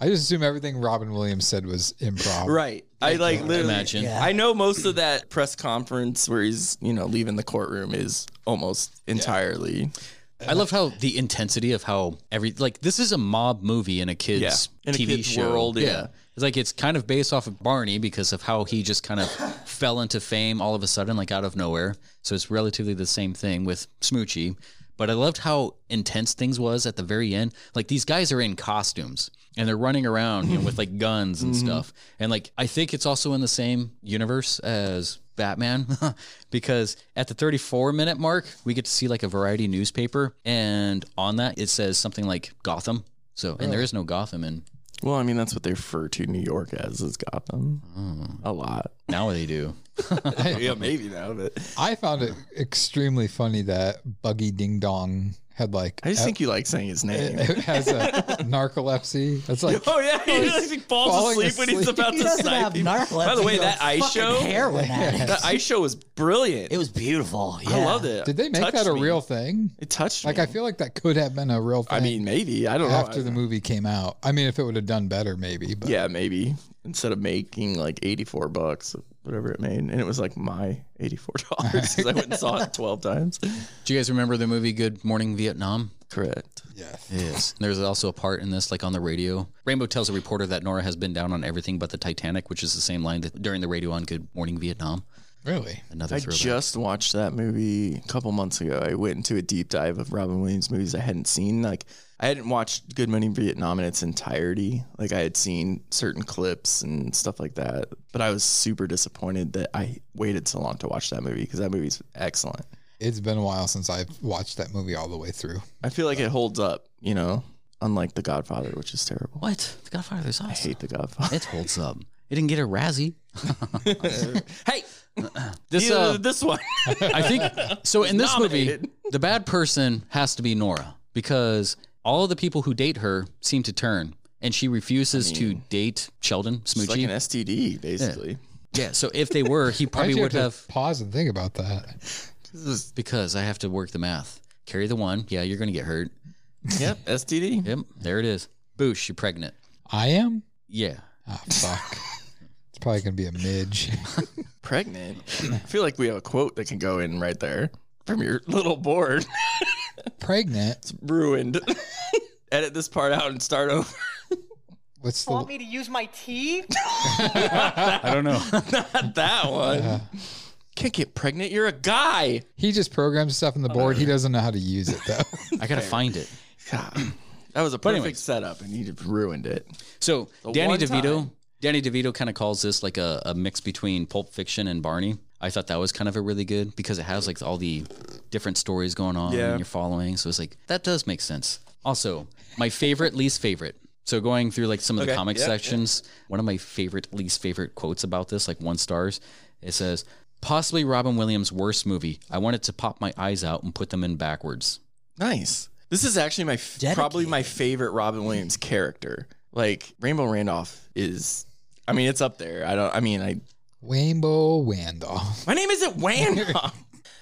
Speaker 4: I just assume everything Robin Williams said was improv.
Speaker 6: Right. I like literally.
Speaker 3: Imagine.
Speaker 5: Yeah.
Speaker 6: I know most of that press conference where he's you know leaving the courtroom is almost entirely
Speaker 3: I love how the intensity of how every like this is a mob movie in a kids
Speaker 6: Yeah. In a
Speaker 3: TV
Speaker 6: kid's
Speaker 3: show.
Speaker 6: world, yeah.
Speaker 3: it's like it's kind of based off of Barney because of how he just kind of fell into fame all of a sudden, like out of nowhere. So it's relatively the same thing with Smoochie. But I loved how intense things was at the very end. Like these guys are in costumes and they're running around you know, with like guns and stuff. And like I think it's also in the same universe as Batman because at the 34 minute mark, we get to see like a variety newspaper, and on that it says something like Gotham. So, and there is no Gotham in
Speaker 6: well. I mean, that's what they refer to New York as is Gotham a lot.
Speaker 3: now they do.
Speaker 6: yeah, maybe now, but
Speaker 4: I found it extremely funny that Buggy Ding Dong had like
Speaker 6: I just think you like saying his name.
Speaker 4: has a narcolepsy. That's like
Speaker 6: Oh yeah, he just like, falls
Speaker 4: falling
Speaker 6: asleep, when he's
Speaker 4: asleep.
Speaker 6: about
Speaker 5: He
Speaker 6: to
Speaker 5: doesn't
Speaker 6: snipe.
Speaker 5: have
Speaker 6: him.
Speaker 5: narcolepsy.
Speaker 6: By the way,
Speaker 5: He's a
Speaker 6: that ice
Speaker 5: fucking
Speaker 6: show,
Speaker 5: Heroin addict.
Speaker 6: that ice show was brilliant.
Speaker 5: It was beautiful. Yeah.
Speaker 6: I loved it.
Speaker 4: Did they make
Speaker 6: Touched
Speaker 4: that a
Speaker 6: me.
Speaker 4: real thing?
Speaker 6: It touched
Speaker 4: Like
Speaker 6: me.
Speaker 4: I feel like that could have been a real thing.
Speaker 6: I mean, maybe I don't
Speaker 4: after
Speaker 6: know.
Speaker 4: the movie came out. I mean, if it would have done better, maybe. But
Speaker 6: Yeah, maybe instead of making like eighty four bucks, whatever it made, and it was like my eighty four dollars because I went and saw it twelve times.
Speaker 3: Do you guys remember the movie Good Morning Vietnam?
Speaker 6: Correct.
Speaker 3: Yes. There's also a part in this, like on the radio. Rainbow tells a reporter that Nora has been down on everything but the Titanic, which is the same line that during the radio on Good Morning Vietnam.
Speaker 4: really,
Speaker 3: Another
Speaker 6: I
Speaker 3: throwback.
Speaker 6: just watched that movie a couple months ago. I went into a deep dive of Robin Williams movies I hadn't seen. Like I hadn't watched Good Morning Vietnam in its entirety. Like I had seen certain clips and stuff like that, but I was super disappointed that I waited so long to watch that movie because that movie's excellent.
Speaker 4: it's been a while since I've watched that movie all the way through.
Speaker 6: I feel like it holds up, you know, unlike The Godfather, which is terrible.
Speaker 3: what? The Godfather's
Speaker 6: I
Speaker 3: awesome.
Speaker 6: hate The Godfather.
Speaker 3: It holds up. It didn't get a Razzie.
Speaker 6: hey,
Speaker 3: This uh,
Speaker 6: this one.
Speaker 3: I think so. In this
Speaker 6: nominated.
Speaker 3: movie, the bad person has to be Nora because all of the people who date her seem to turn, and she refuses to date Sheldon
Speaker 6: it's
Speaker 3: Smoochie.
Speaker 6: like an STD, basically.
Speaker 3: yeah. So if they were, he
Speaker 4: Why'd
Speaker 3: probably
Speaker 4: you
Speaker 3: would
Speaker 4: to
Speaker 3: have,
Speaker 4: pause and think about that.
Speaker 3: because I have to work the math. Carry the one. Yeah, you're gonna get hurt.
Speaker 6: Yep, STD.
Speaker 3: Yep. There it is. Boosh, you're pregnant.
Speaker 4: I am.
Speaker 3: Yeah.
Speaker 4: Ah, fuck. it's probably gonna be a midge.
Speaker 6: Pregnant. I feel like we have a quote that can go in right there from your little board.
Speaker 4: Pregnant.
Speaker 6: Ruined. Edit this part out and start over.
Speaker 4: What's
Speaker 8: Want
Speaker 4: the?
Speaker 8: me to use my tea?
Speaker 3: I don't know.
Speaker 6: Not that one. Can't get pregnant. You're a guy.
Speaker 4: He just programs stuff in the board. He doesn't know how to use it though.
Speaker 3: I gotta find it.
Speaker 6: God. That was a
Speaker 3: But
Speaker 6: perfect
Speaker 3: anyways.
Speaker 6: setup, and you ruined it.
Speaker 3: So
Speaker 6: The
Speaker 3: Danny
Speaker 6: one
Speaker 3: DeVito,
Speaker 6: time.
Speaker 3: Danny DeVito kind of calls this like a, a mix between Pulp Fiction and Barney. I thought that was kind of a really good because it has like all the different stories going on
Speaker 6: Yeah.
Speaker 3: and you're following. So it's like that does make sense. Also, my favorite, least favorite. So going through like some of the
Speaker 6: Okay,
Speaker 3: comic
Speaker 6: yeah, yeah.
Speaker 3: sections, one of my favorite, least favorite quotes about this, like one stars, it says, possibly Robin Williams' worst movie. I wanted to pop my eyes out and put them in backwards.
Speaker 6: Nice. This is actually my f- probably my favorite Robin Williams character. Like Rainbow Randolph is, I mean, it's up there. I don't. I mean, I.
Speaker 4: Rainbow Randolph.
Speaker 6: My name isn't Randolph.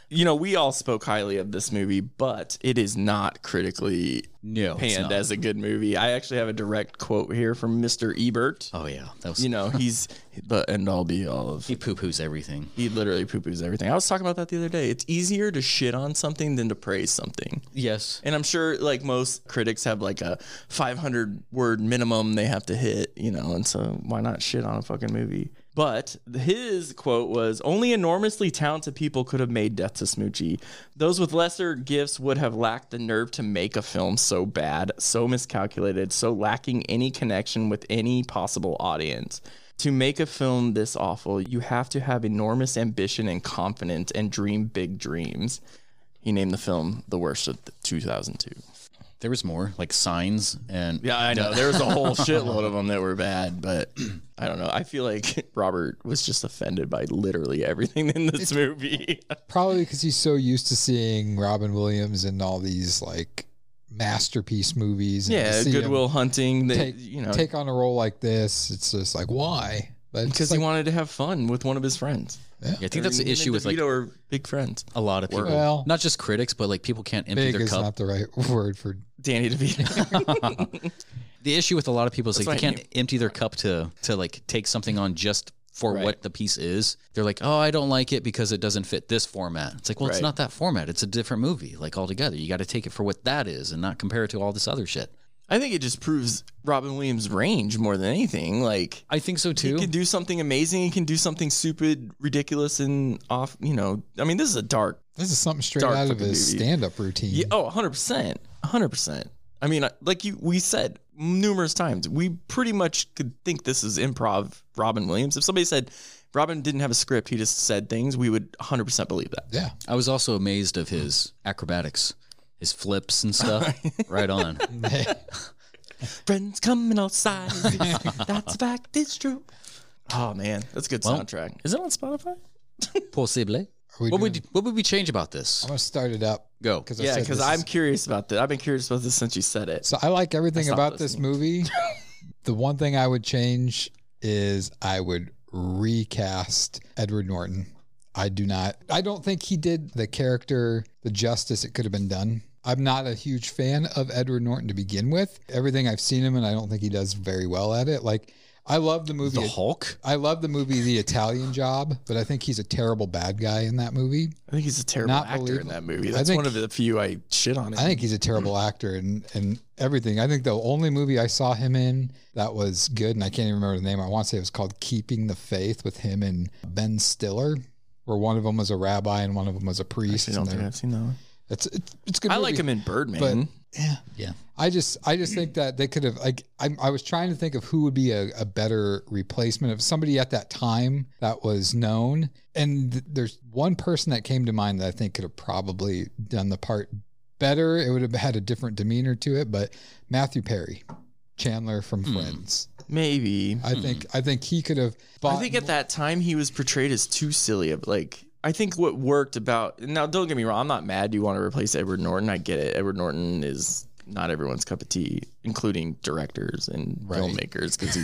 Speaker 6: you know, we all spoke highly of this movie, but it is not critically
Speaker 3: No. it's
Speaker 6: panned
Speaker 3: not.
Speaker 6: as a good movie. I actually have a direct quote here from Mr. Ebert.
Speaker 3: Oh yeah. That was
Speaker 6: You know, he's the end all be all of
Speaker 3: he poo poos everything.
Speaker 6: He literally poo poos everything. I was talking about that the other day. It's easier to shit on something than to praise something.
Speaker 3: Yes.
Speaker 6: And I'm sure like most critics have like a 500 word minimum they have to hit, you know, and so why not shit on a fucking movie? But his quote was only enormously talented people could have made Death to Smoochie. Those with lesser gifts would have lacked the nerve to make a film so bad, so miscalculated, so lacking any connection with any possible audience. To make a film this awful, you have to have enormous ambition and confidence and dream big dreams. He named the film the worst of the 2002.
Speaker 3: There was more like signs and
Speaker 6: Yeah, I know. There was a whole shitload of them that were bad, but I don't know. I feel like Robert was just offended by literally everything in this movie.
Speaker 4: Probably because he's so used to seeing Robin Williams and all these like masterpiece movies. and to
Speaker 6: yeah,
Speaker 4: see him
Speaker 3: um,
Speaker 6: Goodwill Hunting. They,
Speaker 4: Take,
Speaker 6: you know,
Speaker 4: take on a role like this. It's just like why? But it's
Speaker 6: because
Speaker 4: like,
Speaker 6: he wanted to have fun with one of his friends.
Speaker 3: Yeah, I think that's the
Speaker 6: Him and
Speaker 3: issue with like
Speaker 6: DeVito are big friends.
Speaker 3: a lot of people,
Speaker 4: Well-
Speaker 3: not just critics, but like people can't empty
Speaker 4: big
Speaker 3: their
Speaker 4: is
Speaker 3: cup.
Speaker 4: not the right word for.
Speaker 6: Danny DeVito.
Speaker 3: the issue with a lot of people is like they
Speaker 6: That's
Speaker 3: can't
Speaker 6: right.
Speaker 3: empty their cup to to like take something on just for
Speaker 6: Right.
Speaker 3: what the piece is. They're like, oh, I don't like it because it doesn't fit this format. It's like, well, it's
Speaker 6: Right.
Speaker 3: not that format. It's a different movie, like altogether. You got to take it for what that is and not compare it to all this other shit.
Speaker 6: I think it just proves Robin Williams' range more than anything. Like
Speaker 3: I think so
Speaker 6: He
Speaker 3: too.
Speaker 6: can do something amazing. He can do something stupid, ridiculous, and off. You know, I mean, this is a dark.
Speaker 4: This is something straight
Speaker 6: Dark
Speaker 4: out of
Speaker 6: fucking
Speaker 4: his
Speaker 6: movie.
Speaker 4: stand-up routine.
Speaker 6: Yeah, oh, 100 percent, hundred percent. I mean, I- like you, we said numerous times, we pretty much could think this is improv. Robin Williams. If somebody said Robin didn't have a script, he just said things, we would 100 percent believe that.
Speaker 4: yeah.
Speaker 3: I was also amazed of his acrobatics, his flips and stuff. right on.
Speaker 6: Friends coming outside. That's a fact. It's true. Oh man, that's a good soundtrack. Is it on Spotify?
Speaker 3: Possible.
Speaker 4: we
Speaker 3: What would
Speaker 4: doing-
Speaker 3: what would we change about this?
Speaker 4: I'm gonna start it up
Speaker 3: Go.
Speaker 4: because I
Speaker 6: Yeah,
Speaker 4: said
Speaker 6: because
Speaker 4: this
Speaker 6: I'm
Speaker 4: is-
Speaker 6: curious about that. I've been curious about this since you said it.
Speaker 4: So I like everything
Speaker 6: stopped
Speaker 4: about this movie. the one thing I would change is I would recast Edward Norton. I do not. I don't think he did the character the justice it could have been done. I'm not a huge fan of Edward Norton to begin with. Everything I've seen him and I don't think he does very well at it. Like I love the movie
Speaker 3: The Hulk.
Speaker 4: I love the movie The Italian Job, but I think he's a terrible bad guy in that movie.
Speaker 6: I think he's a terrible
Speaker 4: Not
Speaker 6: actor in
Speaker 4: believable.
Speaker 6: that movie.
Speaker 4: I
Speaker 6: That's
Speaker 4: think-
Speaker 6: one of the few I shit on him.
Speaker 4: I think he's a terrible actor and and everything. I think the only movie I saw him in that was good, and I can't even remember the name. I want to say it was called Keeping the Faith with him and Ben Stiller, where one of them was a rabbi and one of them was a priest.
Speaker 6: Actually, I don't
Speaker 4: and
Speaker 6: think
Speaker 4: they're-
Speaker 6: I've seen that one.
Speaker 4: it's, it's it's a good.
Speaker 6: I like
Speaker 4: movie.
Speaker 6: him in Birdman.
Speaker 4: Yeah.
Speaker 3: Yeah.
Speaker 4: I just I just think that they could have like I, I was trying to think of who would be a, a better replacement of somebody at that time that was known. And th- there's one person that came to mind that I think could have probably done the part better. It would have had a different demeanor to it, but Matthew Perry, Chandler from
Speaker 6: Hmm.
Speaker 4: Friends.
Speaker 6: Maybe.
Speaker 4: I think I think he could have
Speaker 6: Hmm. I
Speaker 4: bought
Speaker 6: think at that time he was portrayed as too silly. Of like, I think what worked about now. Don't get me wrong. I'm not mad. You want to replace Edward Norton? I get it. Edward Norton is not everyone's cup of tea, including directors and filmmakers, because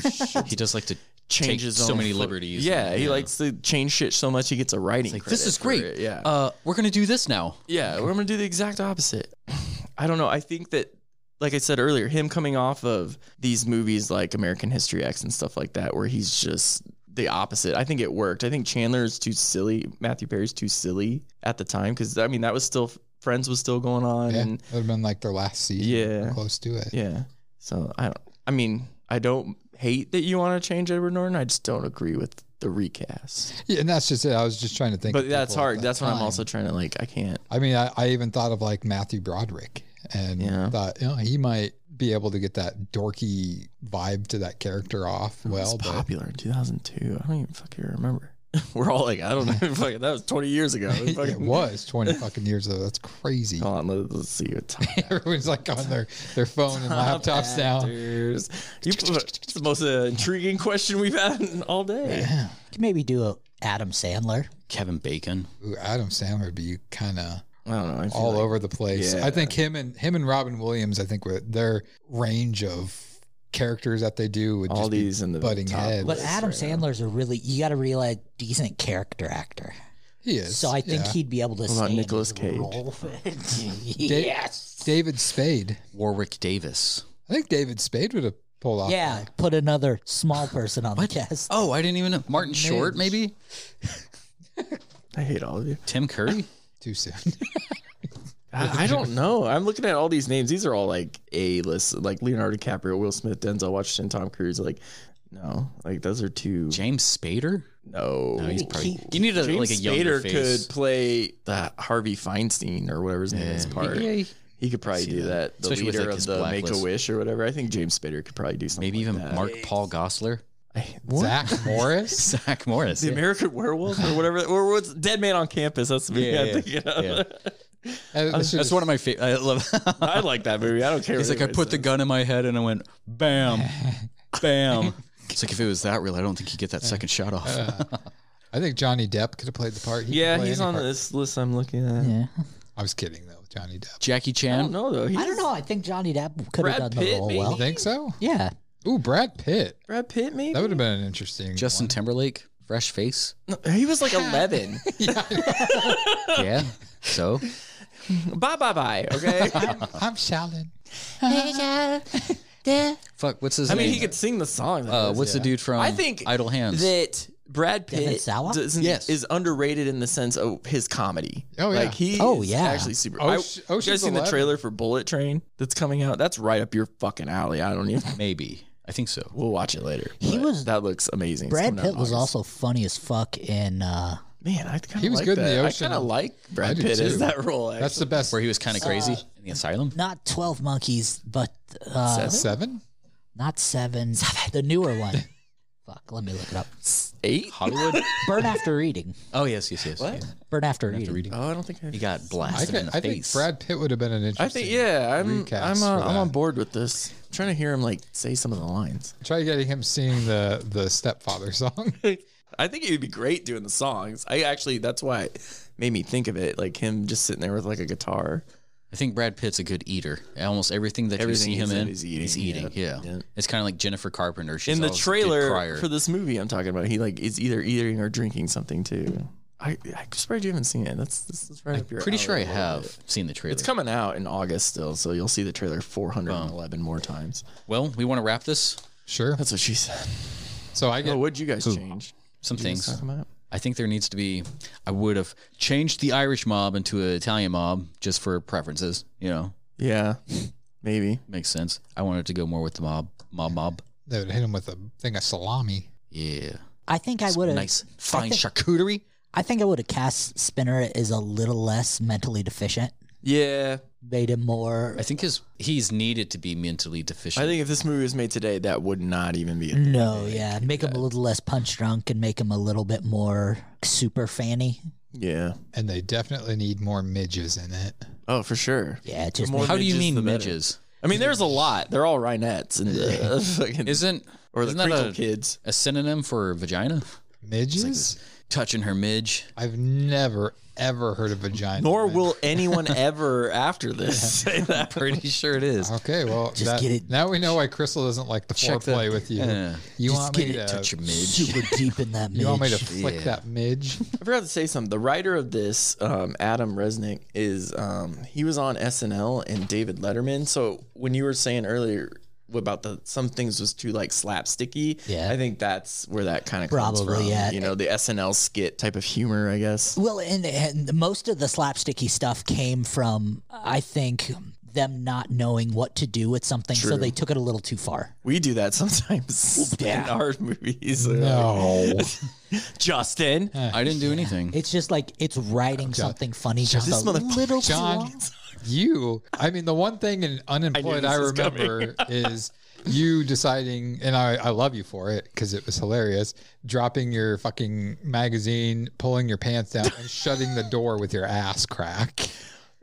Speaker 6: he
Speaker 3: He does like to
Speaker 6: changes
Speaker 3: change so many liberties.
Speaker 6: Yeah, he
Speaker 3: Yeah.
Speaker 6: likes to change shit so much he gets a writing.
Speaker 3: like this
Speaker 6: credit
Speaker 3: is
Speaker 6: for
Speaker 3: great.
Speaker 6: it. Yeah.
Speaker 3: Uh, we're gonna do this now.
Speaker 6: Yeah, we're gonna do the exact opposite. I don't know. I think that, like I said earlier, him coming off of these movies like American History X and stuff like that, where he's just the opposite. I think it worked. I think Chandler is too silly. Matthew Perry's too silly at the time because I mean that was still Friends was still going on.
Speaker 4: yeah, that
Speaker 6: And,
Speaker 4: would have been like their last season.
Speaker 6: Yeah.
Speaker 4: or Close to it.
Speaker 6: yeah. So I don't. I mean, I don't hate that you want to change Edward Norton. I just don't agree with the recast.
Speaker 4: Yeah, and that's just it. I was just trying to think.
Speaker 6: But
Speaker 4: of
Speaker 6: that's
Speaker 4: people at
Speaker 6: hard.
Speaker 4: that
Speaker 6: That's what I'm
Speaker 4: time.
Speaker 6: also trying to like. I can't.
Speaker 4: I mean, I, I even thought of like Matthew Broderick and
Speaker 6: Yeah.
Speaker 4: thought, you know, he might be able to get that dorky vibe to that character off well.
Speaker 6: it's
Speaker 4: But
Speaker 6: popular in 2002. I don't even fucking remember. We're all like, I don't know. fucking, that was 20 years ago.
Speaker 4: it was 20 fucking years ago. That's crazy.
Speaker 6: Hold on, let, let's see what top
Speaker 4: Everyone's like on their, their phone and laptops now.
Speaker 6: actors. You put- it's the most uh, intriguing question we've had in all day.
Speaker 5: You can maybe do a Adam Sandler.
Speaker 3: Kevin Bacon.
Speaker 4: Ooh, Adam Sandler would be kind of
Speaker 6: I don't know. I feel
Speaker 4: all
Speaker 6: like-
Speaker 4: over the place.
Speaker 6: Yeah.
Speaker 4: I think him and him and Robin Williams, I think with their range of characters that they do would
Speaker 6: all
Speaker 4: just be
Speaker 6: these in the
Speaker 4: butting
Speaker 6: top
Speaker 4: heads.
Speaker 5: But
Speaker 6: list
Speaker 5: Adam
Speaker 6: right now.
Speaker 5: Sandler's a really you got to realize decent character actor.
Speaker 4: he is.
Speaker 5: So I think
Speaker 4: yeah.
Speaker 5: he'd be able to.
Speaker 6: about
Speaker 5: stay in
Speaker 6: Nicolas
Speaker 5: his
Speaker 6: Cage?
Speaker 5: role.
Speaker 4: Da-
Speaker 5: yes.
Speaker 4: David Spade.
Speaker 3: Warwick Davis.
Speaker 4: I think David Spade would have pulled off.
Speaker 5: Yeah. Put another small person on the cast.
Speaker 3: Oh, I didn't even know. Martin Short, maybe?
Speaker 6: I hate all of you.
Speaker 3: Tim Curry?
Speaker 4: too soon.
Speaker 6: I, I don't know. I'm looking at all these names. These are all like A list, like Leonardo DiCaprio, Will Smith, Denzel Washington, Tom Cruise. Like, no, like those are two.
Speaker 3: James Spader?
Speaker 6: No,
Speaker 3: No, he's probably. You need a,
Speaker 6: James
Speaker 3: like a younger
Speaker 6: Spader
Speaker 3: face.
Speaker 6: could play the Harvey Feinstein or whatever his name is part.
Speaker 3: Yeah.
Speaker 6: He could probably do that. The
Speaker 3: Especially with,
Speaker 6: leader
Speaker 3: like,
Speaker 6: of
Speaker 3: his
Speaker 6: the Make
Speaker 3: blacklist.
Speaker 6: a Wish or whatever. I think James Spader could probably do something.
Speaker 3: Maybe even
Speaker 6: like that.
Speaker 3: Mark Paul Gossler.
Speaker 6: I-
Speaker 4: Zach Morris.
Speaker 3: Zach Morris.
Speaker 6: the American Werewolf or whatever, or what's Dead Man on Campus? That's the movie
Speaker 3: Yeah,
Speaker 6: I'm
Speaker 3: yeah,
Speaker 6: thinking of.
Speaker 3: yeah.
Speaker 4: Uh, this
Speaker 3: That's
Speaker 4: should've-
Speaker 3: one of my favorite. I love.
Speaker 6: I like that movie. I don't care.
Speaker 3: He's
Speaker 6: what
Speaker 3: like, I
Speaker 6: anybody
Speaker 3: put the
Speaker 6: says.
Speaker 3: gun in my head and I went, bam, bam. It's like if it was that real, I don't think he'd get that second shot off.
Speaker 6: Uh.
Speaker 4: I think Johnny Depp could have played the part. He could
Speaker 6: Yeah,
Speaker 4: play
Speaker 6: he's
Speaker 4: any
Speaker 6: on
Speaker 4: part.
Speaker 6: this list I'm looking at.
Speaker 5: Yeah.
Speaker 4: I was kidding though. Johnny Depp.
Speaker 3: Jackie
Speaker 6: I don't
Speaker 3: Chan.
Speaker 6: know though. He's,
Speaker 5: I don't know. I think Johnny Depp could have
Speaker 6: Brad
Speaker 5: done the
Speaker 6: Pitt,
Speaker 5: role
Speaker 6: maybe?
Speaker 5: well.
Speaker 4: You think so?
Speaker 5: Yeah.
Speaker 4: Ooh, Brad Pitt.
Speaker 6: Brad Pitt, maybe.
Speaker 4: That would have been an interesting.
Speaker 3: Justin Timberlake, fresh face.
Speaker 6: No, he was like 11.
Speaker 3: Yeah. So
Speaker 6: bye, bye, bye. Okay.
Speaker 4: one. I'm Shaolin.
Speaker 3: fuck. What's his
Speaker 6: I
Speaker 3: name?
Speaker 6: mean, he could sing the song.
Speaker 3: Uh, what's the dude from?
Speaker 6: I think
Speaker 3: Idle Hands.
Speaker 6: that Brad
Speaker 5: Devin
Speaker 6: Pitt
Speaker 5: Sawa?
Speaker 6: doesn't-
Speaker 3: Yes.
Speaker 6: is underrated in the sense of his comedy.
Speaker 4: Oh, yeah.
Speaker 6: Like he
Speaker 5: Oh,
Speaker 6: is
Speaker 5: yeah.
Speaker 6: actually super.
Speaker 4: Oh,
Speaker 6: I,
Speaker 4: sh-
Speaker 6: you
Speaker 4: Ocean's
Speaker 6: guys seen the
Speaker 4: 11.
Speaker 6: trailer for Bullet Train that's coming out? That's right up your fucking alley. I don't even.
Speaker 3: Maybe. I think so.
Speaker 6: We'll watch it later.
Speaker 5: He
Speaker 6: but
Speaker 5: was-
Speaker 6: that looks amazing. It's
Speaker 5: Brad
Speaker 6: coming out
Speaker 5: Pitt
Speaker 6: in
Speaker 5: was
Speaker 6: August.
Speaker 5: also funny as fuck in uh,
Speaker 6: man. I kind
Speaker 4: He
Speaker 6: of
Speaker 4: was
Speaker 6: like
Speaker 4: good in
Speaker 6: that.
Speaker 4: the
Speaker 6: I
Speaker 4: Ocean.
Speaker 6: kind of like
Speaker 4: I
Speaker 6: Brad
Speaker 4: do
Speaker 6: Pitt
Speaker 4: too.
Speaker 6: as that role. Actually.
Speaker 4: That's the best.
Speaker 3: Where he was kind
Speaker 6: Uh,
Speaker 3: of crazy in the asylum.
Speaker 5: not Twelve Monkeys, but uh,
Speaker 6: Seven?
Speaker 4: seven.
Speaker 5: not seven, the newer one. fuck. Let me look it up.
Speaker 6: eight.
Speaker 3: Hollywood.
Speaker 5: Burn after reading.
Speaker 3: oh yes, yes, yes.
Speaker 6: What?
Speaker 3: yeah.
Speaker 5: Burn after reading.
Speaker 3: After reading,
Speaker 6: Oh, I don't think
Speaker 3: he
Speaker 6: I.
Speaker 3: got
Speaker 4: I,
Speaker 3: blasted
Speaker 4: could,
Speaker 3: in the
Speaker 4: I think
Speaker 3: face.
Speaker 4: Brad Pitt would have been an interesting.
Speaker 6: I think yeah. I'm
Speaker 4: Recast
Speaker 6: I'm on,
Speaker 4: for
Speaker 6: I'm
Speaker 4: that.
Speaker 6: on board with this. I'm trying to hear him like say some of the lines.
Speaker 4: Try getting him singing the the stepfather song.
Speaker 6: I think he'd be great doing the songs. I actually that's why it made me think of it. Like him just sitting there with like a guitar.
Speaker 3: I think Brad Pitt's a good eater. Almost everything that
Speaker 6: Everything
Speaker 3: you see
Speaker 6: he's
Speaker 3: him
Speaker 6: in,
Speaker 3: in,
Speaker 6: he's eating,
Speaker 3: He's eating.
Speaker 6: yeah.
Speaker 3: Yeah.
Speaker 6: Yeah.
Speaker 3: It's kind of like Jennifer Carpenter. She's
Speaker 6: In the
Speaker 3: always a good
Speaker 6: trailer
Speaker 3: crier.
Speaker 6: for this movie I'm talking about, he like is either eating or drinking something too. I I'm surprised you haven't seen it. That's this is right up your
Speaker 3: Pretty sure I
Speaker 6: alley a little
Speaker 3: have
Speaker 6: bit.
Speaker 3: seen the trailer.
Speaker 6: It's coming out in August still, so you'll see the trailer 411 more times.
Speaker 3: well, we want to wrap this.
Speaker 4: Sure.
Speaker 6: That's what she said.
Speaker 4: So I get
Speaker 6: Oh, what'd you guys change?
Speaker 3: Some
Speaker 6: Did you guys
Speaker 3: things.
Speaker 6: talk about?
Speaker 3: I think there needs to be. I would have changed the Irish mob into an Italian mob just for preferences. You know,
Speaker 6: Yeah, maybe.
Speaker 3: makes sense. I wanted to go more with the mob, mob, mob.
Speaker 4: they would hit him with a thing of salami.
Speaker 3: Yeah,
Speaker 5: I think I would have.
Speaker 3: nice fine
Speaker 5: think-
Speaker 3: charcuterie.
Speaker 5: I think I would have cast Spinner as a little less mentally deficient.
Speaker 6: Yeah,
Speaker 5: Made him more.
Speaker 3: I think his he's needed to be mentally deficient.
Speaker 6: I think if this movie was made today, that would not even be. A
Speaker 3: Mm.
Speaker 6: thing.
Speaker 5: No, yeah, make him a little less punch drunk and make him a little bit more super fanny.
Speaker 6: Yeah.
Speaker 4: And they definitely need more midges in it.
Speaker 6: Oh, for sure.
Speaker 5: Yeah, just
Speaker 6: more-
Speaker 5: make,
Speaker 3: How do you
Speaker 6: midges, the
Speaker 3: mean
Speaker 6: better.
Speaker 3: midges?
Speaker 6: I mean, there's a lot. They're all Rhinettes and the fucking
Speaker 3: Isn't
Speaker 6: or the
Speaker 3: isn't that
Speaker 6: Crinkle
Speaker 3: a,
Speaker 6: kids.
Speaker 3: a synonym for vagina?
Speaker 4: Midges?
Speaker 3: Touching her midge.
Speaker 4: I've never ever heard of vagina.
Speaker 6: Nor will anyone ever after this say that.
Speaker 3: Pretty sure it is.
Speaker 4: Okay, well,
Speaker 5: Just
Speaker 4: that-
Speaker 5: get it-
Speaker 4: now we know why Crystal doesn't like the
Speaker 3: Check
Speaker 4: foreplay
Speaker 3: the-
Speaker 4: with you.
Speaker 3: Yeah.
Speaker 4: you
Speaker 5: Just
Speaker 4: want
Speaker 5: get
Speaker 4: me
Speaker 5: it,
Speaker 4: to
Speaker 3: Touch your midge.
Speaker 5: super deep in that.
Speaker 4: You want me to
Speaker 5: midge.
Speaker 4: flick
Speaker 3: Yeah.
Speaker 4: that midge?
Speaker 6: I forgot to say something. The writer of this, um, Adam Resnick, is um, he was on SNL and David Letterman. So when you were saying earlier about the some things was too like slapsticky,
Speaker 5: Yeah.
Speaker 6: I think that's where that kind of comes
Speaker 5: Probably,
Speaker 6: from.
Speaker 5: yeah.
Speaker 6: You know, the SNL skit type of humor, I guess.
Speaker 5: Well, and, and most of the slapsticky stuff came from, I think, them not knowing what to do with something, so
Speaker 6: True.
Speaker 5: they took it a little too far.
Speaker 6: We do that sometimes in our movies.
Speaker 4: no.
Speaker 6: Justin.
Speaker 3: I didn't do anything.
Speaker 5: It's just like it's writing something funny just
Speaker 6: This
Speaker 5: a little
Speaker 6: motherfucker,
Speaker 5: too
Speaker 4: John,
Speaker 5: long.
Speaker 4: you. I mean, the one thing in unemployed
Speaker 6: this
Speaker 4: I,
Speaker 6: was
Speaker 4: remember is you deciding, and I, I love you for it because it was hilarious. Dropping your fucking magazine, pulling your pants down, and shutting the door with your ass crack.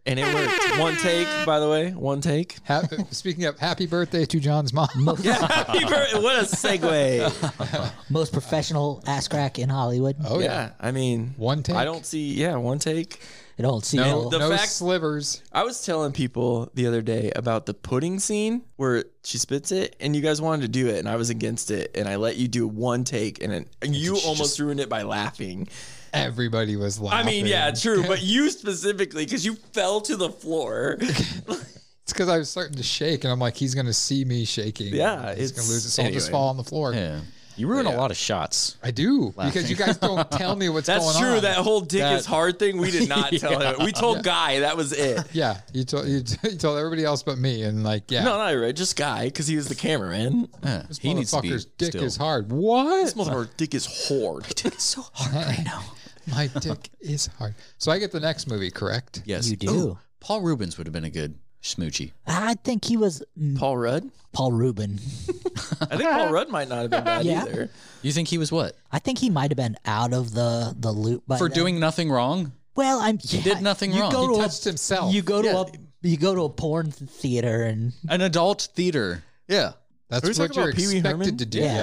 Speaker 6: and it worked. One take, by the way, one take.
Speaker 4: Ha- speaking of, happy birthday to John's mom.
Speaker 6: Happy birthday! What a segue.
Speaker 5: Most professional ass crack in Hollywood.
Speaker 4: Oh
Speaker 6: yeah.
Speaker 4: yeah,
Speaker 6: I mean,
Speaker 4: One take?
Speaker 6: I don't see. Yeah, one take.
Speaker 5: It don't see
Speaker 4: no,
Speaker 6: the
Speaker 4: no
Speaker 6: fact-
Speaker 4: slivers.
Speaker 6: I was telling people the other day about the pudding scene where she spits it, and you guys wanted to do it, and I was against it, and I let you do one take, and, it, and you almost ruined it by laughing.
Speaker 4: Everybody was
Speaker 6: I
Speaker 4: laughing.
Speaker 6: mean, yeah, true, but you specifically because you fell to the floor.
Speaker 4: It's because I was starting to shake, and I'm like, he's gonna see me shaking.
Speaker 6: Yeah,
Speaker 4: he's
Speaker 6: it's-
Speaker 4: gonna lose it. So I'll just
Speaker 6: anyway.
Speaker 4: fall on the floor.
Speaker 3: Yeah. You ruin a lot of shots.
Speaker 4: I do because you guys don't tell me what's
Speaker 6: That's
Speaker 4: going
Speaker 6: true.
Speaker 4: on.
Speaker 6: That whole dick
Speaker 3: That-
Speaker 6: is hard thing we did not tell him. We told Guy that was it.
Speaker 4: yeah, you told you, you told everybody else but me, and like, yeah,
Speaker 6: No, not right. Just Guy because he was the cameraman.
Speaker 3: Yeah. He needs to be
Speaker 4: motherfucker's dick
Speaker 3: still.
Speaker 4: is hard. What?
Speaker 6: This motherfucker dick is hard.
Speaker 5: so hard right now.
Speaker 4: My dick is hard. So I get the next movie, correct?
Speaker 3: Yes.
Speaker 5: You do.
Speaker 3: Ooh, Paul Rubens would have been a good schmoochy.
Speaker 5: I think he was mm,
Speaker 6: Paul Rudd.
Speaker 5: Paul Rubin.
Speaker 6: I think Paul Rudd might not have been bad
Speaker 5: Yeah.
Speaker 6: either.
Speaker 3: You think he was what?
Speaker 5: I think he might have been out of the the loop by
Speaker 3: For
Speaker 5: then.
Speaker 3: doing nothing wrong?
Speaker 5: well. I'm he
Speaker 3: did nothing
Speaker 5: you
Speaker 3: wrong.
Speaker 6: Oh,
Speaker 5: Go
Speaker 3: He
Speaker 5: to
Speaker 4: touched
Speaker 5: a,
Speaker 4: himself.
Speaker 5: You go to
Speaker 3: Yeah.
Speaker 5: a you go to a porn th- theater and
Speaker 3: An adult theater. Yeah.
Speaker 4: That's
Speaker 6: Are we
Speaker 4: what
Speaker 6: talking
Speaker 4: you're
Speaker 6: about Pee Wee
Speaker 4: expected
Speaker 6: Herman?
Speaker 4: to do.
Speaker 5: Yeah.
Speaker 4: Yeah,
Speaker 6: I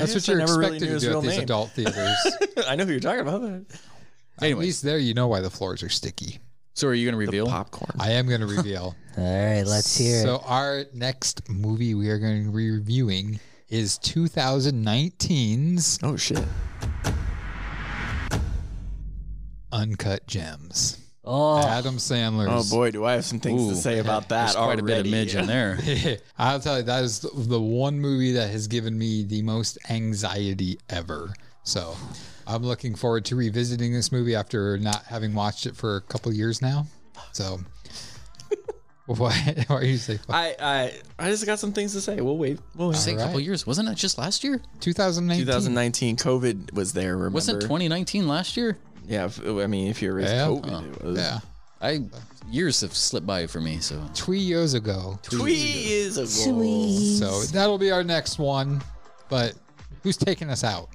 Speaker 4: that's what
Speaker 6: guess I
Speaker 4: you're
Speaker 6: never really
Speaker 4: expected
Speaker 6: knew
Speaker 4: to
Speaker 6: his
Speaker 4: do
Speaker 6: real
Speaker 4: at these
Speaker 6: name.
Speaker 4: adult theaters.
Speaker 6: I know who you're talking about.
Speaker 4: At least there, you know why the floors are sticky.
Speaker 3: So are you going to reveal?
Speaker 6: Popcorn.
Speaker 4: I am going to reveal.
Speaker 5: all right, let's hear
Speaker 4: So
Speaker 5: it.
Speaker 4: our next movie we are going to be reviewing is 2019's
Speaker 6: Oh shit.
Speaker 4: Uncut Gems.
Speaker 5: Oh,
Speaker 4: Adam
Speaker 6: Oh
Speaker 4: Sandler's.
Speaker 6: boy, do I have some things
Speaker 3: Ooh.
Speaker 6: to say about that
Speaker 3: There's quite a bit of
Speaker 6: already.
Speaker 3: midge in there.
Speaker 4: I'll tell you, that is the one movie that has given me the most anxiety ever. So I'm looking forward to revisiting this movie after not having watched it for a couple years now. So, what, what are you saying?
Speaker 6: I, I I just got some things to say. We'll wait. We'll wait.
Speaker 3: Say a couple
Speaker 4: right.
Speaker 3: years. Wasn't that just last year?
Speaker 4: 2019.
Speaker 6: 2019 COVID was there. Remember?
Speaker 3: Wasn't 2019 last year?
Speaker 6: Yeah. if- I mean, if you're
Speaker 4: Yeah.
Speaker 6: COVID,
Speaker 3: Oh,
Speaker 6: it was.
Speaker 4: Yeah.
Speaker 3: I years have slipped by for me, so
Speaker 4: Two years ago.
Speaker 6: Twee is a goal.
Speaker 4: So that'll be our next one. But who's taking us out?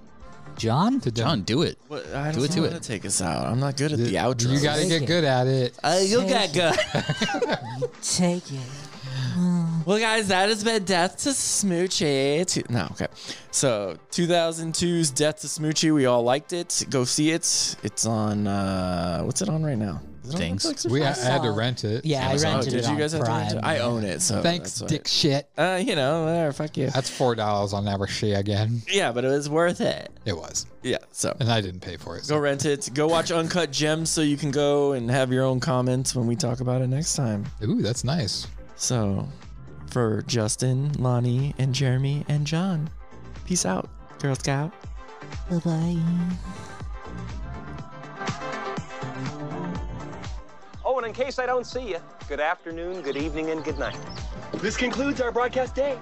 Speaker 5: John.
Speaker 3: John, do it.
Speaker 6: What, I
Speaker 3: Do it,
Speaker 6: don't
Speaker 3: do
Speaker 6: want to
Speaker 3: it.
Speaker 6: take us out. I'm not good at the outro.
Speaker 4: You got to
Speaker 5: Take
Speaker 4: get
Speaker 5: it.
Speaker 4: good at it.
Speaker 6: Uh, you got good.
Speaker 5: Take it.
Speaker 6: Well, guys, that has been Death to Smoochie. Two- No, okay. So 2002's Death to Smoochie. We all liked it. Go see it. It's on. uh What's it on right now? Is it on
Speaker 3: Things.
Speaker 6: Netflix or
Speaker 4: We
Speaker 6: something?
Speaker 4: I had to
Speaker 5: saw-
Speaker 4: rent it.
Speaker 5: Yeah, I
Speaker 6: Oh,
Speaker 5: rented
Speaker 6: did
Speaker 5: it.
Speaker 6: you
Speaker 5: on
Speaker 6: guys have
Speaker 5: Prime.
Speaker 6: to rent it? I own it. So
Speaker 4: Thanks,
Speaker 6: Oh, that's why-
Speaker 4: dick shit.
Speaker 6: Uh, you know, uh, fuck you.
Speaker 4: That's four dollars on average fee again.
Speaker 6: Yeah, but it was worth it.
Speaker 4: It was,
Speaker 6: Yeah. So
Speaker 4: and I didn't pay for it.
Speaker 6: go
Speaker 4: So.
Speaker 6: rent it. Go watch Uncut Gems so you can go and have your own comments when we talk about it next time.
Speaker 4: Ooh, that's nice.
Speaker 6: So, for Justin, Lonnie, and Jeremy, and John, peace out, Girl Scout.
Speaker 5: Bye bye.
Speaker 8: Oh, and in case I don't see you, good afternoon, good evening, and good night.
Speaker 9: This concludes our broadcast day.